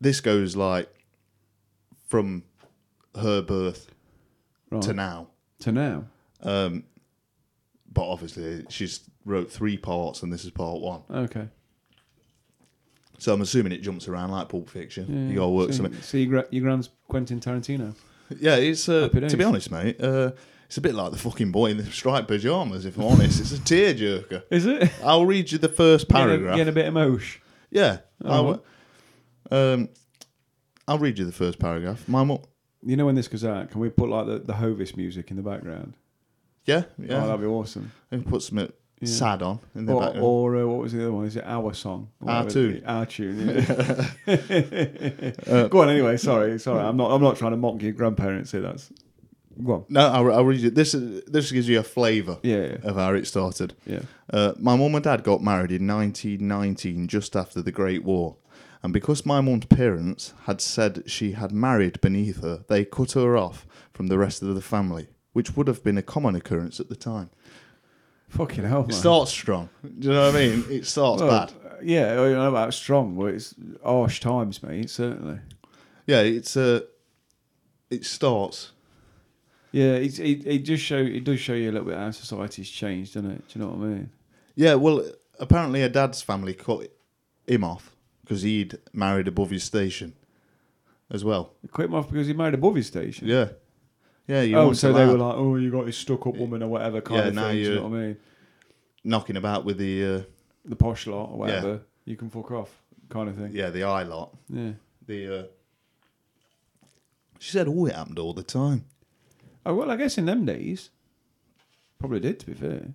Speaker 2: this goes like from her birth
Speaker 1: Right.
Speaker 2: to now.
Speaker 1: To now.
Speaker 2: Um, but obviously, she's wrote three parts, and this is part one.
Speaker 1: Okay.
Speaker 2: So I'm assuming it jumps around like Pulp Fiction. you gotta
Speaker 1: Yeah.
Speaker 2: work
Speaker 1: so,
Speaker 2: something.
Speaker 1: So your, gra- your grand's Quentin Tarantino.
Speaker 2: Yeah, it's uh,
Speaker 1: Happy
Speaker 2: to be
Speaker 1: days.
Speaker 2: honest, mate. Uh, it's a bit like the fucking boy in the striped pajamas. If I'm honest, it's a tearjerker.
Speaker 1: Is
Speaker 2: <laughs>
Speaker 1: it?
Speaker 2: I'll read you the first paragraph.
Speaker 1: Getting a, getting a bit emotion.
Speaker 2: Yeah.
Speaker 1: Uh-huh.
Speaker 2: I'll, um, I'll read you the first paragraph. My mum.
Speaker 1: You know when this goes out, can we put like the, the Hovis music in the background?
Speaker 2: Yeah,
Speaker 1: Oh,
Speaker 2: yeah.
Speaker 1: that'd be awesome.
Speaker 2: I can put some uh, sad on in the
Speaker 1: Or,
Speaker 2: background.
Speaker 1: or uh, what was the other one? Is it our song? Or
Speaker 2: Our
Speaker 1: whatever
Speaker 2: tune.
Speaker 1: it- Our tune.
Speaker 2: <laughs>
Speaker 1: yeah.
Speaker 2: Uh,
Speaker 1: Go on. Anyway, sorry, sorry. I'm not. I'm not trying to mock your grandparents. Here, that's. Go on.
Speaker 2: no, I'll, I'll read you. This is, this gives you a flavour
Speaker 1: Yeah, yeah.
Speaker 2: of how it started.
Speaker 1: Yeah.
Speaker 2: Uh, my mum and dad got married in 1919, just after the Great War. And because my mum's parents had said she had married beneath her, they cut her off from the rest of the family, which would have been a common occurrence at the time.
Speaker 1: Fucking hell, man.
Speaker 2: It starts strong. Do you know what I mean? It starts
Speaker 1: Well,
Speaker 2: bad.
Speaker 1: uh, Yeah, I don't know about strong, but it's harsh times, mate. Certainly.
Speaker 2: Yeah, it's uh, it starts.
Speaker 1: Yeah, it's, it it just show it does show you a little bit how society's changed, doesn't it? Do you know what I mean?
Speaker 2: Yeah, well, apparently her dad's family cut him off because he'd married above his station, as well.
Speaker 1: They quit him off because he married above his station.
Speaker 2: Yeah, yeah. You
Speaker 1: oh,
Speaker 2: weren't
Speaker 1: so they
Speaker 2: allowed
Speaker 1: were like, oh, you got this stuck up woman or whatever kind
Speaker 2: Yeah,
Speaker 1: of
Speaker 2: now
Speaker 1: thing. Do you
Speaker 2: you-
Speaker 1: know what I mean?
Speaker 2: knocking about with the uh,
Speaker 1: The posh lot or whatever. You can fuck off. kind of thing.
Speaker 2: yeah, the eye lot.
Speaker 1: Yeah.
Speaker 2: The uh, she said, "Oh, it happened all the time."
Speaker 1: Oh well, I guess in them days, probably did. To be fair,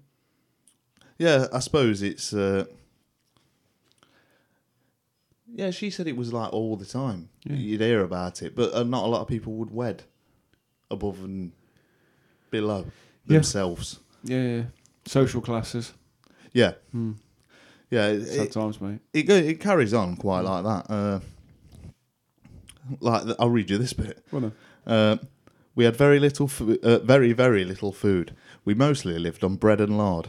Speaker 2: Yeah, I suppose it's. Uh, yeah, she said it was like all the time. You'd hear about it, but uh, not a lot of people would wed above and below
Speaker 1: Yeah.
Speaker 2: themselves.
Speaker 1: yeah. yeah. Social classes,
Speaker 2: Yeah, yeah. it-
Speaker 1: Hmm. sad
Speaker 2: it-
Speaker 1: times, mate.
Speaker 2: it go, it carries on quite like that. Uh, like th- I'll read you this bit.
Speaker 1: Well, no.
Speaker 2: Uh, we had very little, fo- uh, very very little food. We mostly lived on bread and lard.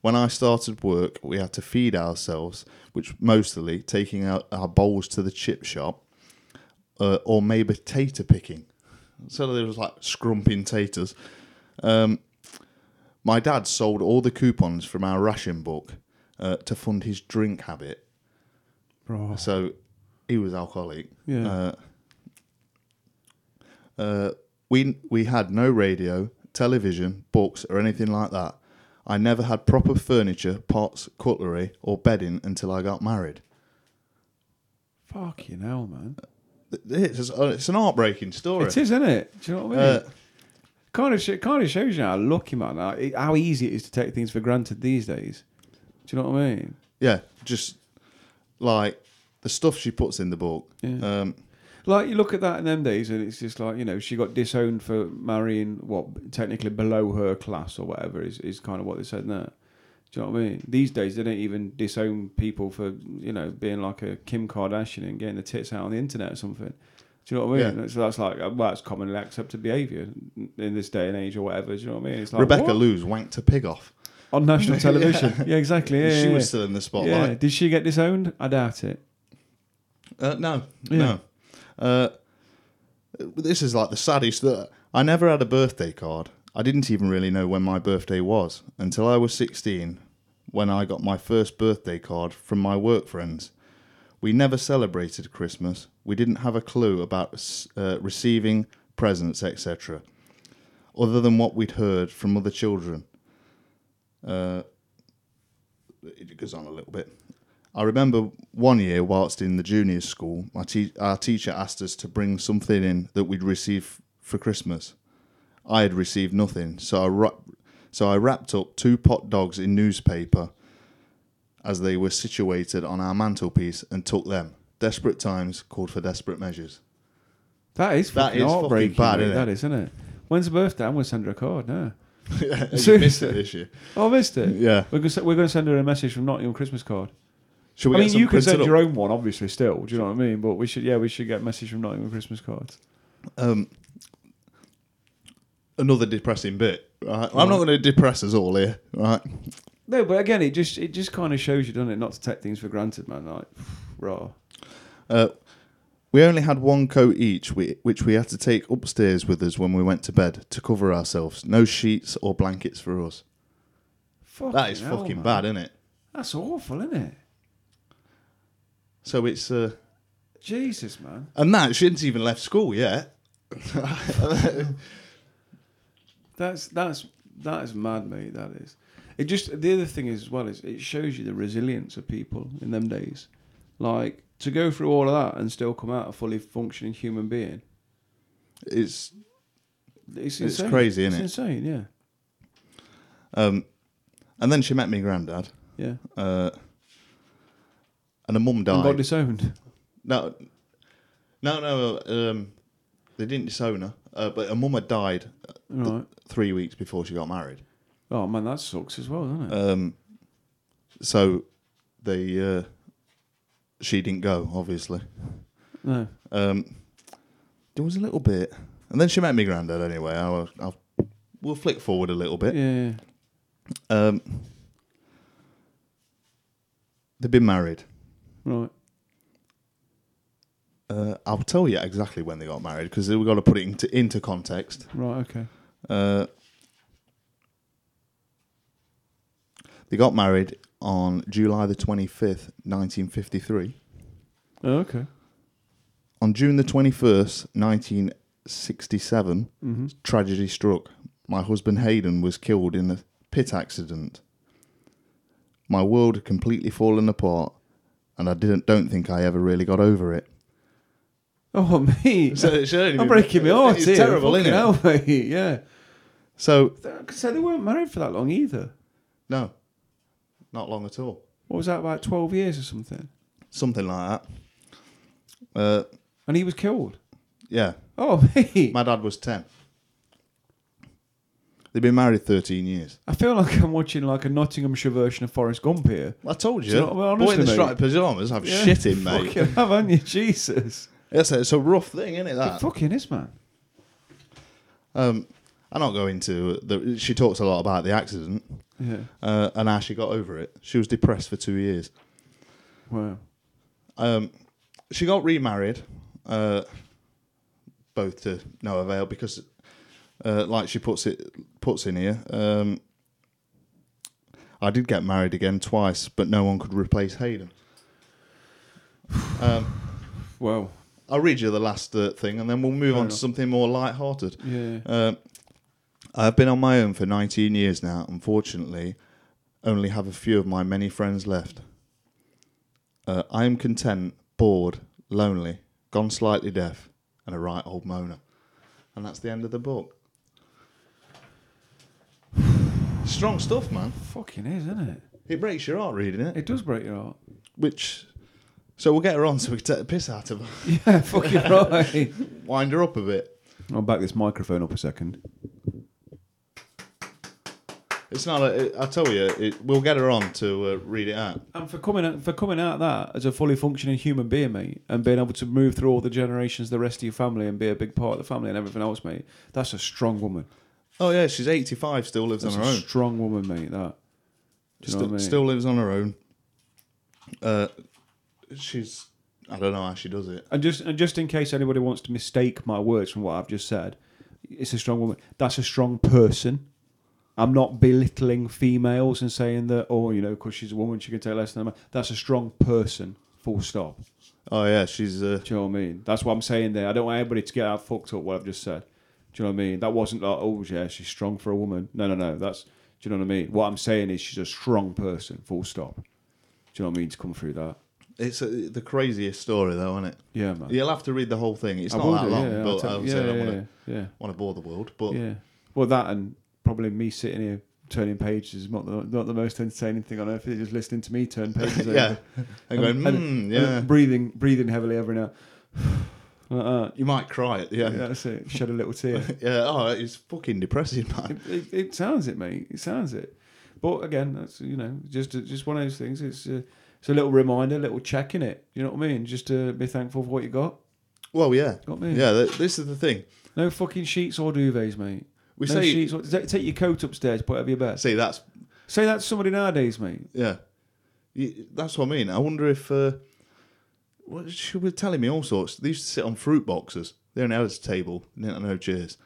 Speaker 2: When I started work, we had to feed ourselves, which mostly taking out our bowls to the chip shop, uh, or maybe tater picking. So there was like scrumping taters. Um, my dad sold all the coupons from our ration book uh, to fund his drink habit.
Speaker 1: Bro.
Speaker 2: So he was alcoholic.
Speaker 1: Yeah.
Speaker 2: Uh, uh, we we had no radio, television, books, or anything like that. I never had proper furniture, pots, cutlery, or bedding until I got married.
Speaker 1: Fucking hell, man.
Speaker 2: It's, uh, it's an heartbreaking story.
Speaker 1: It is, isn't it? Do you know what I mean?
Speaker 2: Uh,
Speaker 1: kind of, sh- kind of shows you how lucky, man. How, how easy it is to take things for granted these days. Do you know what I mean?
Speaker 2: yeah, just like the stuff she puts in the book.
Speaker 1: Yeah.
Speaker 2: Um,
Speaker 1: Like you look at that in them days, and it's just like you know she got disowned for marrying what technically below her class or whatever is, is kind of what they said there. Do you know what I mean? These days they don't even disown people for you know being like a Kim Kardashian and getting the tits out on the internet or something. Do you know what I mean? So that's like well, that's commonly accepted behaviour in this day and age or whatever. Do you know what I mean? It's like
Speaker 2: Rebecca
Speaker 1: what?
Speaker 2: Lewes wanked a pig off.
Speaker 1: on
Speaker 2: <laughs>
Speaker 1: national television. yeah. exactly. Yeah,
Speaker 2: she
Speaker 1: yeah,
Speaker 2: was
Speaker 1: yeah.
Speaker 2: still in the spotlight.
Speaker 1: Yeah. Did she get disowned? I doubt it.
Speaker 2: Uh, no,
Speaker 1: Yeah.
Speaker 2: no. Uh, this is like the saddest. That I never had a birthday card. I didn't even really know when my birthday was until I was 16, when I got my first birthday card from my work friends. We never celebrated Christmas. We didn't have a clue about uh, receiving presents, etc., other than what we'd heard from other children Uh, it goes on a little bit. I remember one year, whilst in the junior school, my te- our teacher asked us to bring something in that we'd receive for Christmas. I had received nothing, so I wrap- so I wrapped up two pot dogs in newspaper as they were situated on our mantelpiece and took them. Desperate times called for desperate
Speaker 1: <laughs>
Speaker 2: measures.
Speaker 1: That is
Speaker 2: That
Speaker 1: fucking
Speaker 2: is fucking
Speaker 1: heartbreaking.
Speaker 2: bad,
Speaker 1: mate.
Speaker 2: isn't it?
Speaker 1: That is, isn't it? When's her birthday? I'm gonna send her a card now.
Speaker 2: yeah, you missed
Speaker 1: Seriously.
Speaker 2: it this year.
Speaker 1: Oh, I missed it.
Speaker 2: Yeah.
Speaker 1: we're gonna, se- we're gonna send her a message from Nottingham Christmas card.
Speaker 2: Should we
Speaker 1: I
Speaker 2: get
Speaker 1: mean,
Speaker 2: some
Speaker 1: you can
Speaker 2: printed
Speaker 1: send
Speaker 2: up?
Speaker 1: your own one, obviously. Still, do you know what I mean? But we should, yeah, we should get a message from Nottingham Christmas cards.
Speaker 2: another depressing bit. Right? I'm not going to depress us all here, right?
Speaker 1: No, but again, it just it just kind of shows you, doesn't it, not to take things for granted, man. Like, <sighs> raw.
Speaker 2: Uh, we only had one coat each, we- which we had to take upstairs with us when we went to bed to cover ourselves. No sheets or blankets for us.
Speaker 1: Fucking
Speaker 2: That is
Speaker 1: hell,
Speaker 2: fucking
Speaker 1: man.
Speaker 2: bad, isn't it?
Speaker 1: That's awful, isn't it?
Speaker 2: So it's uh,
Speaker 1: Jesus, man.
Speaker 2: and that she hadn't even left school yet.
Speaker 1: That's that's that is mad, mate. That is. It just the other thing is as well is it shows you the resilience of people in them days, like to go through all of that and still come out a fully functioning human being.
Speaker 2: It's
Speaker 1: It's,
Speaker 2: It's
Speaker 1: insane.
Speaker 2: crazy,
Speaker 1: it's
Speaker 2: innit?
Speaker 1: Insane, yeah,
Speaker 2: um, and then she met me granddad,
Speaker 1: yeah.
Speaker 2: uh, and her mum
Speaker 1: And got
Speaker 2: died. <laughs>
Speaker 1: disowned.
Speaker 2: no, no, no. Um, they didn't disown her, uh, but her mum had died uh, th-
Speaker 1: Right.
Speaker 2: three weeks before she got married.
Speaker 1: Oh man, that sucks as well, doesn't it?
Speaker 2: Um, so they uh, she didn't go, obviously.
Speaker 1: no.
Speaker 2: Um, there was a little bit, and then she met me granddad anyway. I'll, I'll we'll flick forward a little bit.
Speaker 1: Yeah.
Speaker 2: Um, they've been married.
Speaker 1: Right.
Speaker 2: Uh, I'll tell you exactly when they got married because we've got to put it into into context.
Speaker 1: Right. Okay.
Speaker 2: Uh, they got married on July the twenty fifth, nineteen fifty three.
Speaker 1: Oh, okay.
Speaker 2: On June the 21st, 1967, tragedy struck. My husband Hayden was killed in a pit accident. My world had completely fallen apart, and I didn't don't think I ever really got over it.
Speaker 1: Oh, <laughs> mate.
Speaker 2: <laughs> So it should only
Speaker 1: I'm
Speaker 2: be-
Speaker 1: breaking my heart
Speaker 2: it's
Speaker 1: here.
Speaker 2: terrible,
Speaker 1: Fucking
Speaker 2: innit?
Speaker 1: hell, mate. Yeah.
Speaker 2: So
Speaker 1: So they weren't married for that long either.
Speaker 2: no, not long at all.
Speaker 1: What was that, about 12 years or something?
Speaker 2: Something like that. Uh,
Speaker 1: And he was killed.
Speaker 2: yeah,
Speaker 1: Oh, <laughs> mate.
Speaker 2: my dad was ten. They've been married thirteen years.
Speaker 1: I feel like I'm watching like a Nottinghamshire version of Forrest Gump here.
Speaker 2: I told you,
Speaker 1: Do you know what I mean?
Speaker 2: boy in the
Speaker 1: Honestly,
Speaker 2: striped pajamas. I've shit
Speaker 1: <laughs>
Speaker 2: him, mate.
Speaker 1: Fucking have, haven't you? Jesus.
Speaker 2: It's a, it's a rough thing, isn't it?
Speaker 1: It
Speaker 2: That
Speaker 1: fucking is, man.
Speaker 2: Um, I'm not going to. The, she talks a lot about the accident
Speaker 1: Yeah.
Speaker 2: uh, and how she got over it. She was depressed for two years.
Speaker 1: Wow.
Speaker 2: Um, she got remarried, uh, both to no avail because, uh, like she puts it puts in here, um, I did get married again twice, but no one could replace Hayden. <sighs> Um,
Speaker 1: Wow.
Speaker 2: I'll read you the last uh, thing, and then we'll move
Speaker 1: Fair
Speaker 2: on
Speaker 1: enough.
Speaker 2: to something more light-hearted.
Speaker 1: Yeah.
Speaker 2: Uh, I've been on my own for 19 years now. Unfortunately, only have a few of my many friends left. Uh, I am content, bored, lonely, gone slightly deaf, and a right old moaner. And that's the end of the book. <sighs> Strong stuff, man.
Speaker 1: Fucking is, isn't it?
Speaker 2: It breaks your heart reading it.
Speaker 1: It does break your
Speaker 2: <laughs>
Speaker 1: heart. which
Speaker 2: So we'll get her on so we can take the piss out of her,
Speaker 1: yeah, fucking <laughs> right.
Speaker 2: wind her up a bit.
Speaker 1: I'll back this microphone up a second.
Speaker 2: It's not. A, I tell you, it, we'll get her on to uh, read it out.
Speaker 1: And for coming out, for coming out of that as a fully functioning human being, mate, and being able to move through all the generations, the rest of your family, and be a big part of the family and everything else, mate. That's a strong woman.
Speaker 2: Oh yeah, she's 85, still lives
Speaker 1: That's
Speaker 2: on
Speaker 1: a
Speaker 2: her own.
Speaker 1: strong woman, mate. That. Do you know
Speaker 2: still,
Speaker 1: what I mean?
Speaker 2: still lives on her own. Uh, she's I don't know how she does it.
Speaker 1: And just and just in case anybody wants to mistake my words from what I've just said, it's a strong woman. That's a strong person. I'm not belittling females and saying that, oh, you know, because she's a woman, she can take less than a man. That's a strong person. Full stop.
Speaker 2: Oh yeah, she's uh,
Speaker 1: Do you know what I mean? That's what I'm saying there. I don't want anybody to get out fucked up what I've just said. Do you know what I mean? That wasn't like, oh yeah, she's strong for a woman. No, no, no. That's do you know what I mean? What I'm saying is she's a strong person. Full stop. Do you know what I mean? To come through that.
Speaker 2: it's uh the craziest story though, isn't it?
Speaker 1: Yeah, man.
Speaker 2: You'll have to read the whole thing. It's
Speaker 1: I
Speaker 2: not
Speaker 1: will
Speaker 2: that
Speaker 1: do,
Speaker 2: long,
Speaker 1: yeah, I'll
Speaker 2: but
Speaker 1: tell-
Speaker 2: I would
Speaker 1: yeah,
Speaker 2: say I don't
Speaker 1: yeah,
Speaker 2: want
Speaker 1: yeah, yeah.
Speaker 2: to want to bore the world. But <laughs>
Speaker 1: Yeah. Well, that and probably me sitting here turning pages is not the, not the most entertaining thing on earth. is it? Just listening to me
Speaker 2: <laughs>
Speaker 1: turn pages.
Speaker 2: yeah,
Speaker 1: over.
Speaker 2: and going
Speaker 1: and-
Speaker 2: mm,
Speaker 1: and
Speaker 2: yeah.
Speaker 1: breathing breathing heavily every now. <sighs> like that.
Speaker 2: you might cry at the
Speaker 1: Yeah,
Speaker 2: end. Yeah.
Speaker 1: that's it. Shed a little
Speaker 2: <laughs>
Speaker 1: tear.
Speaker 2: Oh, it's fucking depressing, man.
Speaker 1: it, it, it sounds it, mate. It sounds it. But again, that's you know just just one of those things. It's a, it's a little reminder, a little check in it. You know what I mean? Just to be thankful for what you got.
Speaker 2: Well, yeah,
Speaker 1: Got me.
Speaker 2: yeah. Th- this is the thing.
Speaker 1: No fucking sheets or duvets, mate.
Speaker 2: We
Speaker 1: no
Speaker 2: say-
Speaker 1: sheets. Or, ta- take your coat upstairs, put it over your bed.
Speaker 2: See, that's
Speaker 1: Say that to somebody nowadays, mate.
Speaker 2: Yeah, You- that's what I mean. I wonder if uh, what she was telling me all sorts. They used to sit on fruit boxes. They're an hour's table. No, no chairs.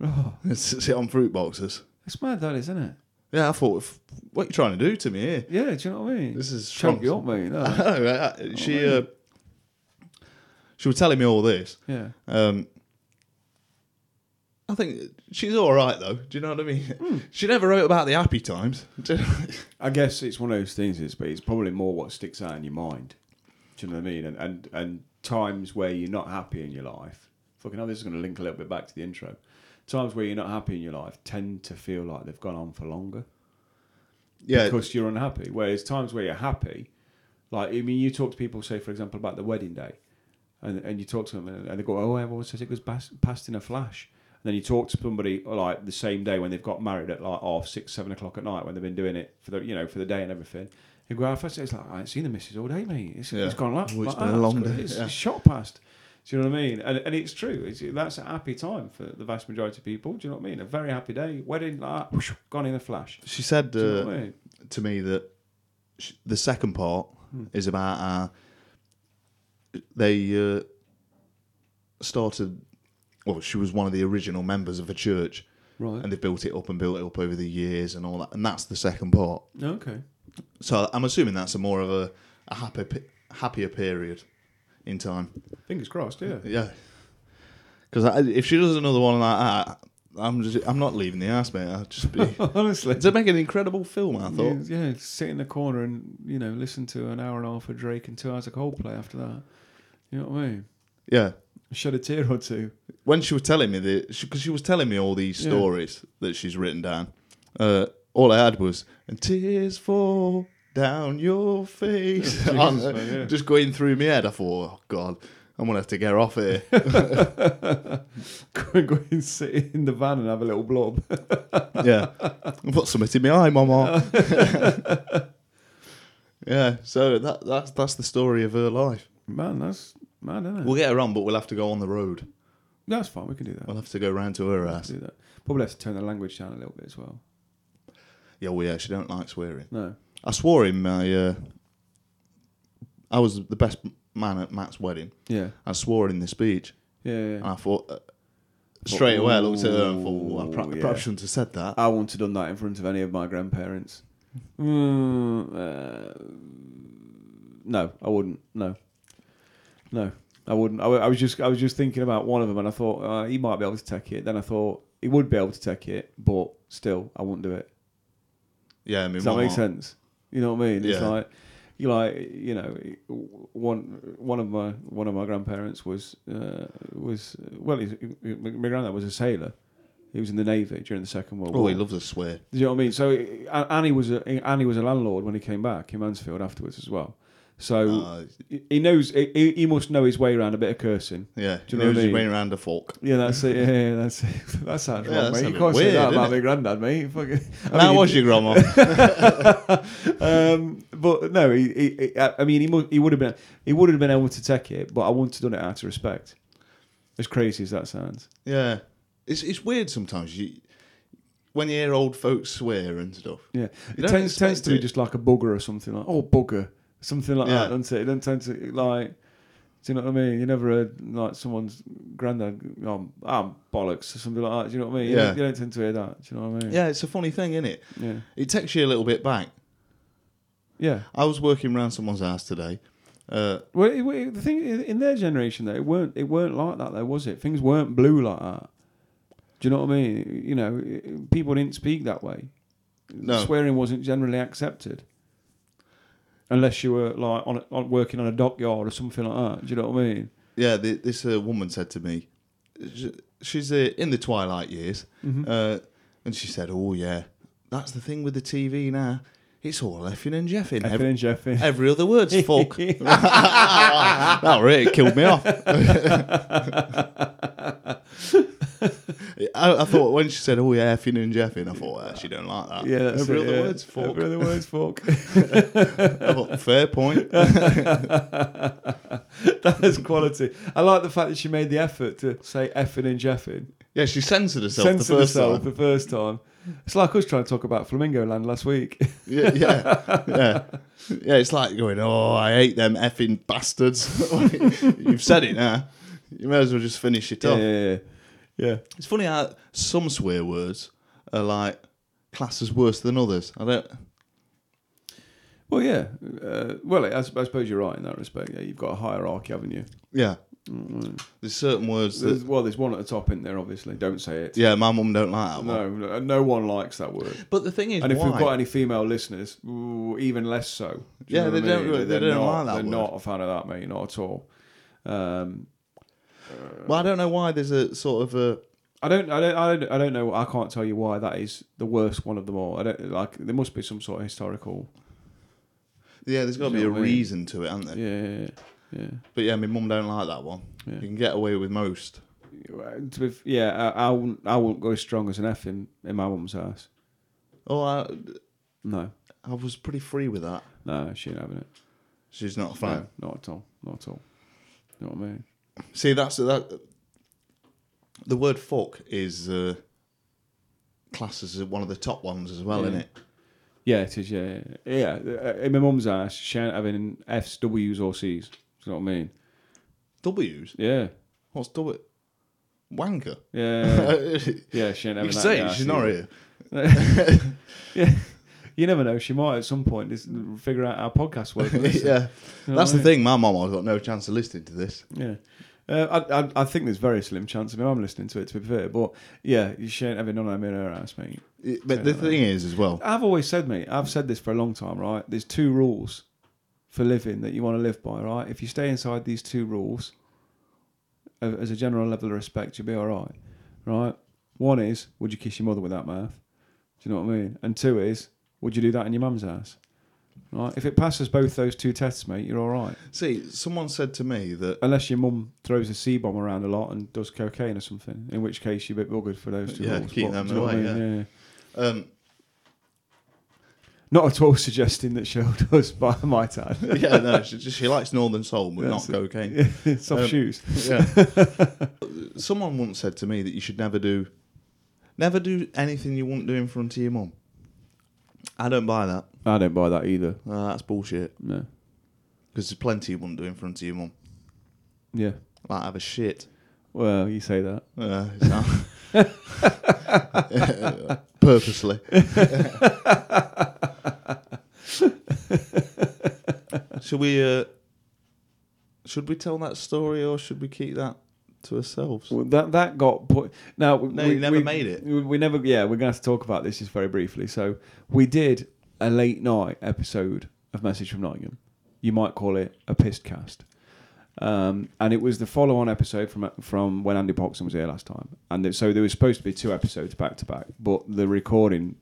Speaker 1: Oh,
Speaker 2: <laughs> They s- sit on fruit boxes.
Speaker 1: it's mad that, isn't it?
Speaker 2: Yeah, I thought, "F- what are you trying to do to me here?
Speaker 1: Yeah, do you know what I mean?
Speaker 2: This is
Speaker 1: choke
Speaker 2: strong. <laughs>
Speaker 1: you Oh, up, mate. <laughs> no.
Speaker 2: I know, I- I- she uh, she was telling me all this.
Speaker 1: yeah,
Speaker 2: Um, I think she's all right though. Do you know what I mean?
Speaker 1: Hmm.
Speaker 2: She never wrote about the happy times. <laughs> Do you know-
Speaker 1: I guess it's one of those things. It's but it's probably more what sticks out in your mind. Do you know what I mean? And and and times where you're not happy in your life. Fucking hell, this is going to link a little bit back to the intro. Times where you're not happy in your life tend to feel like they've gone on for longer.
Speaker 2: yeah,
Speaker 1: because you're unhappy. Whereas times where you're happy, like I mean, you talk to people, say for example about the wedding day, and and you talk to them and, and they go, oh, everyone says it goes past, past in a flash. And then you talk to somebody like the same day when they've got married at like half six, seven o'clock at night when they've been doing it for the you know for the day and everything. You go, how fast? It's like I ain't seen the missus all day, mate. It's,
Speaker 2: Yeah.
Speaker 1: it's gone like,
Speaker 2: Oh, it's
Speaker 1: like
Speaker 2: been a
Speaker 1: that. It's
Speaker 2: long
Speaker 1: gone-
Speaker 2: day,
Speaker 1: It's,
Speaker 2: yeah.
Speaker 1: it's shot past. Do you know what I mean? And, and it's true. It's, that's a happy time for the vast majority of people. Do you know what I mean? A very happy day, wedding like that, whoosh, gone in a flash.
Speaker 2: she said.
Speaker 1: Do you know
Speaker 2: uh,
Speaker 1: what I mean?
Speaker 2: to me that sh- the second part is about how they uh, started. Well, she was one of the original members of a church,
Speaker 1: Right.
Speaker 2: and they built it up and built it up over the years and all that. And that's the second part.
Speaker 1: Okay.
Speaker 2: So I'm assuming that's a more of a, a happy, pe- happier period in time.
Speaker 1: Fingers crossed, yeah.
Speaker 2: Yeah, because if she does another one like that, I'm just, I'm not leaving the house, mate. I'll just <laughs> be.
Speaker 1: <laughs> Honestly,
Speaker 2: They're making an incredible film.
Speaker 1: yeah,
Speaker 2: I thought.
Speaker 1: yeah, sit in the corner and you know listen to an hour and a half of Drake and two hours of Coldplay after that. You know what I mean?
Speaker 2: Yeah.
Speaker 1: Shed a tear or two. <laughs>
Speaker 2: When she was telling me the, because she, was telling me all these
Speaker 1: Yeah.
Speaker 2: stories that she's written down. Uh, all I had was and tears fall down your
Speaker 1: <laughs>
Speaker 2: face.
Speaker 1: Jesus,
Speaker 2: On the-
Speaker 1: man, yeah.
Speaker 2: Just going through my head, I thought, oh god, I'm gonna have to get her
Speaker 1: <laughs>
Speaker 2: off here.
Speaker 1: go, go and sit in the van and have a little blob.
Speaker 2: yeah. I've got something in my eye, Mama. <laughs> yeah, so that that's that's the story of her life.
Speaker 1: Man, that's mad, isn't it?
Speaker 2: We'll get her on, but we'll have to go on the road.
Speaker 1: that's fine. We can do that.
Speaker 2: We'll have to go round to her house.
Speaker 1: do that. Probably have to turn the language down a little bit as well.
Speaker 2: Yeah, well, yeah, she don't like swearing.
Speaker 1: No.
Speaker 2: I swore in my. Uh, I was the best man at Matt's wedding.
Speaker 1: Yeah.
Speaker 2: I swore in the speech,
Speaker 1: Yeah.
Speaker 2: and
Speaker 1: yeah.
Speaker 2: I thought uh, straight away. I looked at her and thought, "Ooh, I, pro- I
Speaker 1: Ooh,
Speaker 2: probably
Speaker 1: yeah.
Speaker 2: shouldn't have said that.
Speaker 1: I wouldn't have done that in front of any of my grandparents. Mm, uh, no, I wouldn't. No. No, I wouldn't. I, w- I was just I was just thinking about one of them, and I thought uh, he might be able to take it. Then I thought he would be able to take it, but still, I wouldn't do it.
Speaker 2: Yeah, I mean,
Speaker 1: Does that make
Speaker 2: Mama-
Speaker 1: sense? You know what I mean? It's
Speaker 2: Yeah.
Speaker 1: like you like you know one one of my one of my grandparents was uh, was well he's, my my granddad was a sailor. He was in the navy during the Second World
Speaker 2: Oh,
Speaker 1: War.
Speaker 2: he loves a swear.
Speaker 1: Do you know what I mean? So uh, Annie was a, Annie was a landlord when he came back in Mansfield afterwards as well. So
Speaker 2: Ah,
Speaker 1: he- he knows he, he must know his way around a bit of cursing.
Speaker 2: Yeah,
Speaker 1: Do you know
Speaker 2: you know,
Speaker 1: what I
Speaker 2: he's
Speaker 1: mean?
Speaker 2: running around a fork.
Speaker 1: Yeah, that's it. Yeah, yeah, that's it. <laughs> That sounds
Speaker 2: Yeah,
Speaker 1: wrong,
Speaker 2: that
Speaker 1: mate. You
Speaker 2: sounds a
Speaker 1: can't
Speaker 2: bit
Speaker 1: say that
Speaker 2: weird,
Speaker 1: about
Speaker 2: innit?
Speaker 1: my granddad, mate. Fucking, I
Speaker 2: That
Speaker 1: mean,
Speaker 2: was your grandma.
Speaker 1: <laughs> um, but no, he, he, he- I I mean, he, mu- he would have been he would have been able to take it, but I wouldn't have done it out of respect. As crazy as that sounds,
Speaker 2: yeah, it's it's weird sometimes. You when you hear old folks swear and stuff.
Speaker 1: yeah,
Speaker 2: You
Speaker 1: it
Speaker 2: don't
Speaker 1: tends, tends
Speaker 2: expect
Speaker 1: to be
Speaker 2: it.
Speaker 1: just like a bugger or something like oh bugger, something like
Speaker 2: Yeah.
Speaker 1: that. Doesn't it? It doesn't tend to like. Do you know what I mean? You never heard like someone's granddad, um, oh, bollocks or something like that. Do you know what I mean? You,
Speaker 2: Yeah.
Speaker 1: don't, you don't tend to hear that. Do you know what I mean?
Speaker 2: Yeah, it's a funny thing, isn't it?
Speaker 1: yeah,
Speaker 2: It takes you a little bit back.
Speaker 1: yeah.
Speaker 2: I was working round someone's house today. Uh,
Speaker 1: Well, it, it- the thing i- in their generation though, it weren't it weren't like that though, was it? Things weren't blue like that. Do you know what I mean? You know, i- people didn't speak that way.
Speaker 2: No.
Speaker 1: Swearing wasn't generally accepted, unless you were like on, a- on working on a dockyard or something like that. Do you know what I mean?
Speaker 2: yeah, th this uh, woman said to me, sh- she's uh, in the twilight years,
Speaker 1: Mm-hmm.
Speaker 2: uh, and she said, "Oh yeah, that's the thing with the TV now. It's all effing and jeffing.
Speaker 1: Effing
Speaker 2: Every,
Speaker 1: and jeffing.
Speaker 2: every other word's fuck." <laughs> that really killed me off. <laughs> I, I thought when she said, "Oh yeah, effing and jeffing," I thought ah, she don't like
Speaker 1: <laughs>
Speaker 2: that.
Speaker 1: yeah, that's it,
Speaker 2: every other
Speaker 1: yeah.
Speaker 2: word's fuck.
Speaker 1: Every other word's fuck.
Speaker 2: <laughs> I thought, Fair point.
Speaker 1: <laughs> that is quality. I like the fact that she made the effort to say effing and jeffing.
Speaker 2: Yeah, she censored herself
Speaker 1: Censored
Speaker 2: the first
Speaker 1: herself
Speaker 2: time.
Speaker 1: the first time. It's like us trying to talk about Flamingo Land last week. <laughs>
Speaker 2: Yeah, yeah, yeah. Yeah, it's like going, oh, I hate them effing bastards. <laughs> You've said it now. You may as well just finish it off.
Speaker 1: yeah, yeah. yeah.
Speaker 2: It's funny how some swear words are like classed as worse than others. I don't.
Speaker 1: Well, yeah. Uh, well, I, I suppose you're right in that respect. Yeah, you've got a hierarchy, haven't you?
Speaker 2: Yeah. There's certain words
Speaker 1: Mm-hmm. There's,
Speaker 2: that.
Speaker 1: well, there's one at the top in there, obviously. Don't say it.
Speaker 2: Yeah, my mum don't like that one.
Speaker 1: No, no no one likes that word.
Speaker 2: But the thing is,
Speaker 1: And if
Speaker 2: why?
Speaker 1: we've got any female listeners, ooh, even less so. Do you
Speaker 2: Yeah,
Speaker 1: know
Speaker 2: they
Speaker 1: what I
Speaker 2: don't
Speaker 1: mean?
Speaker 2: really- they
Speaker 1: They're
Speaker 2: don't
Speaker 1: not,
Speaker 2: like that
Speaker 1: They're
Speaker 2: word.
Speaker 1: not a fan of that, mate. Not at all. Um,
Speaker 2: well, I don't know why there's a sort of a.
Speaker 1: I don't, I don't, I don't, I don't know. I can't tell you why that is the worst one of them all. I don't like. There must be some sort of historical.
Speaker 2: Yeah, there's got to
Speaker 1: You
Speaker 2: be
Speaker 1: know
Speaker 2: a
Speaker 1: what I mean?
Speaker 2: reason to it, hasn't there?
Speaker 1: Yeah, yeah.
Speaker 2: But yeah, my mum don't like that one.
Speaker 1: Yeah.
Speaker 2: You can get away with most.
Speaker 1: To be, f- yeah, I, I won't. I won't go as strong as an F in, in my mum's house.
Speaker 2: Oh, I,
Speaker 1: No,
Speaker 2: I was pretty free with that.
Speaker 1: no, she ain't having it.
Speaker 2: She's not a fan.
Speaker 1: No, not at all. Not at all. You know what I mean?
Speaker 2: See, that's that. The word "fuck" is uh, classed as one of the top ones as well,
Speaker 1: Yeah.
Speaker 2: isn't it?
Speaker 1: Yeah, it is. Yeah, yeah. yeah. Uh, In my mum's house, she ain't having F's, W's, or C's. Do you know what I mean?
Speaker 2: W's.
Speaker 1: Yeah,
Speaker 2: What's W? Wanker. Uh,
Speaker 1: yeah,
Speaker 2: <laughs> you
Speaker 1: yeah. She ain't having that.
Speaker 2: can say
Speaker 1: in
Speaker 2: it.
Speaker 1: her house
Speaker 2: She's not
Speaker 1: <laughs>
Speaker 2: here.
Speaker 1: either. <laughs> yeah. You never know. She might at some point just figure out how podcasts work.
Speaker 2: <laughs> yeah,
Speaker 1: You know
Speaker 2: that's
Speaker 1: what I
Speaker 2: the thing. My mum, I've got no chance of listening to this.
Speaker 1: Yeah. Uh, I, I, I think there's very slim chance of him. I'm listening to it to be fair, but yeah, you shouldn't have none of them in her house, mate.
Speaker 2: It- but the thing is, as well,
Speaker 1: I've always said, mate, I've said this for a long time, right? There's two rules for living that you want to live by, right? If you stay inside these two rules, a- as a general level of respect, you'll be all right, right? One is, would you kiss your mother with that mouth? Do you know what I mean? And two is, would you do that in your mum's house? Right? If it passes both those two tests, mate, you're all right.
Speaker 2: see, someone said to me that
Speaker 1: Unless your mum throws a C bomb around a lot and does cocaine or something, in which case you're a bit buggered for those two
Speaker 2: Yeah,
Speaker 1: rules.
Speaker 2: keep
Speaker 1: But,
Speaker 2: them
Speaker 1: do you know what I
Speaker 2: away,
Speaker 1: mean?
Speaker 2: yeah.
Speaker 1: <laughs>
Speaker 2: um,
Speaker 1: Not at all <laughs> suggesting that Cheryl <laughs> does by my time.
Speaker 2: yeah, no, she, just- she likes Northern Soul, but
Speaker 1: That's
Speaker 2: not
Speaker 1: it.
Speaker 2: cocaine.
Speaker 1: Soft
Speaker 2: Um,
Speaker 1: shoes.
Speaker 2: Yeah. Someone once said to me that you should never do, never do anything you wouldn't do in front of your mum. I don't buy that.
Speaker 1: I don't buy that either.
Speaker 2: Uh, that's bullshit.
Speaker 1: No.
Speaker 2: Because there's plenty you wouldn't do in front of your mum.
Speaker 1: Yeah.
Speaker 2: Like have a shit.
Speaker 1: Well, you say that.
Speaker 2: Uh, so- <laughs> Purposely. should we? Uh, should we tell that story or should we keep that to ourselves?
Speaker 1: Well, that that got put. Now
Speaker 2: No, you never made it.
Speaker 1: We, we never. Yeah, we're gonna have to talk about this just very briefly. So we did a late night episode of Message from Nottingham. You might call it a pissed cast. Um, and it was the follow-on episode from from when Andy Poxon was here last time, and th- so there was supposed to be two episodes back to back, but the recording,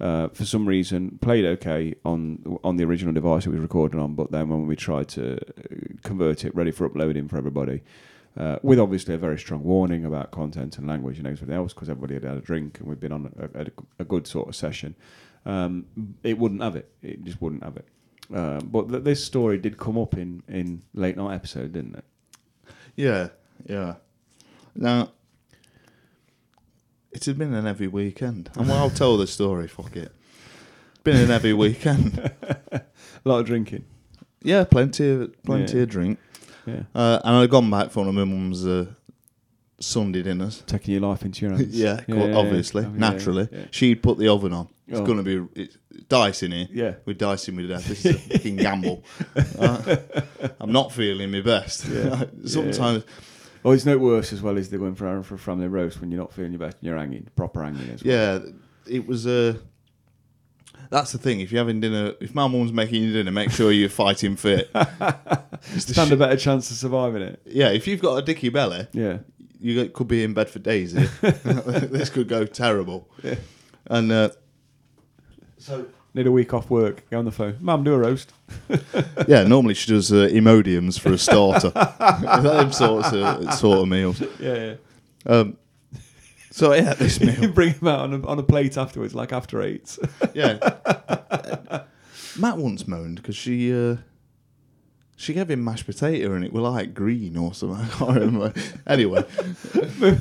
Speaker 1: uh, for some reason, played okay on on the original device it was recorded on, but then when we tried to uh, convert it, ready for uploading for everybody, uh, with obviously a very strong warning about content and language and everything else, because everybody had had a drink and we'd been on a, a, a good sort of session, um, it wouldn't have it. It just wouldn't have it. Uh, but th- this story did come up in, in late night episode, didn't it?
Speaker 2: Yeah, yeah. Now, it's been an every weekend. And well, I'll tell the story, fuck it. Been an
Speaker 1: <laughs>
Speaker 2: every weekend.
Speaker 1: A lot of drinking.
Speaker 2: yeah, plenty of plenty
Speaker 1: Yeah.
Speaker 2: of drink.
Speaker 1: Yeah.
Speaker 2: Uh, and I'd gone back for one of my mum's uh, Sunday dinners.
Speaker 1: Taking your life into your hands.
Speaker 2: <laughs> yeah, quite obviously,
Speaker 1: yeah,
Speaker 2: naturally.
Speaker 1: Yeah.
Speaker 2: She'd put the oven on. It's
Speaker 1: Oh.
Speaker 2: going to be it's dice in here.
Speaker 1: Yeah.
Speaker 2: We're dicing with death. This is
Speaker 1: <laughs>
Speaker 2: a fucking gamble. Uh, I'm not feeling my best.
Speaker 1: Yeah.
Speaker 2: <laughs> Sometimes
Speaker 1: Oh, it's no worse as well as they're going for, for a family roast when you're not feeling your best and you're hanging, proper hanging as well.
Speaker 2: Yeah, it was Uh, that's the thing. If you're having dinner, if my mum's making you dinner, make sure you're fighting fit. It's the
Speaker 1: Stand a
Speaker 2: shit-
Speaker 1: better chance of surviving it.
Speaker 2: Yeah, if you've got a dicky belly,
Speaker 1: Yeah.
Speaker 2: you go- could be in bed for days. here. this could go terrible.
Speaker 1: Yeah.
Speaker 2: And uh, so,
Speaker 1: Need a week off work. Go on the phone. Mum, do a roast.
Speaker 2: yeah, normally she does uh, Imodiums for a starter. <laughs> Them sorts of sort of meals.
Speaker 1: Yeah,
Speaker 2: Um, so I ate
Speaker 1: <laughs>
Speaker 2: this
Speaker 1: yeah.
Speaker 2: meal.
Speaker 1: Bring him out on a, on a plate afterwards, like after eight. <laughs>
Speaker 2: yeah. <laughs> Matt once moaned because she uh, she gave him mashed potato and it were like green or something. <laughs> I can't remember. anyway,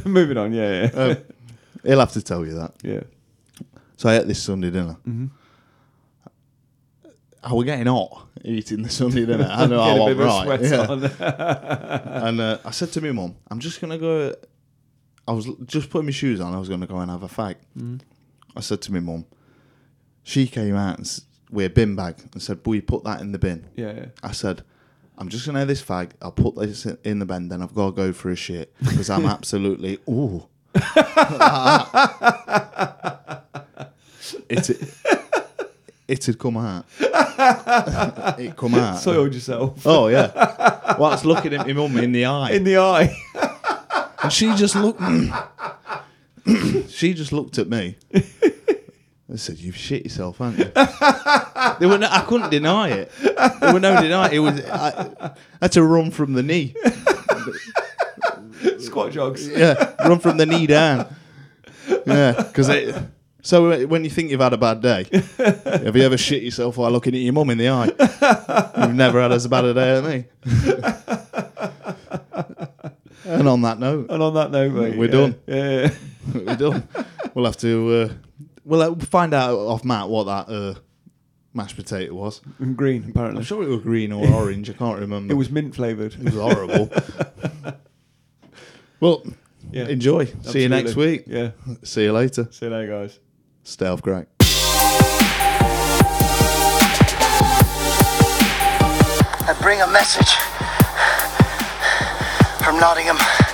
Speaker 1: Moving on. Yeah,
Speaker 2: <laughs>
Speaker 1: yeah.
Speaker 2: um, he'll have to tell you that.
Speaker 1: yeah.
Speaker 2: So I ate this Sunday dinner.
Speaker 1: Mm-hmm.
Speaker 2: I was getting hot eating the Sunday dinner.
Speaker 1: <laughs>
Speaker 2: I
Speaker 1: Get
Speaker 2: know I
Speaker 1: a
Speaker 2: am
Speaker 1: bit of
Speaker 2: Oh, right.
Speaker 1: a sweat on.
Speaker 2: yeah. <laughs> and uh, I said to my mum, I'm just going to go. I was l- just putting my shoes on. I was going to go and have a fag.
Speaker 1: Mm-hmm.
Speaker 2: I said to my mum, she came out and s- with a bin bag and said, Will you put that in the bin?
Speaker 1: yeah, yeah.
Speaker 2: I said, I'm just going to have this fag. I'll put this in- in the bin, then I've got to go for a shit because I'm absolutely, ooh. it, it had come out. it come out.
Speaker 1: Soiled yourself <laughs>
Speaker 2: Oh yeah. Whilst looking at my mum in the eye,
Speaker 1: in the eye. <laughs>
Speaker 2: and she just looked. mm, she just looked at me. and said, "You've shit yourself, haven't you?" there were no, I couldn't deny it. There were no deny. It was. I, I had to run from the knee.
Speaker 1: Squat jogs.
Speaker 2: Yeah, run from the knee down. Yeah, because it. So when you think you've had a bad day, have you ever shit yourself while looking at your mum in the eye? You've never had as bad a day as me. and on that note,
Speaker 1: And on that note, mate,
Speaker 2: We're
Speaker 1: yeah,
Speaker 2: done.
Speaker 1: Yeah,
Speaker 2: we're <laughs> done. We'll have to. Uh, we'll uh, find out off Matt what that uh, mashed potato was.
Speaker 1: And <laughs> green
Speaker 2: I'm
Speaker 1: apparently.
Speaker 2: sure it was green or orange. I can't remember.
Speaker 1: It was mint
Speaker 2: <laughs>
Speaker 1: flavored.
Speaker 2: It was horrible. well,
Speaker 1: Yeah.
Speaker 2: enjoy. See you next week.
Speaker 1: Yeah.
Speaker 2: See you later.
Speaker 1: See you later, guys.
Speaker 2: Stay off great.
Speaker 3: I bring a message from Nottingham.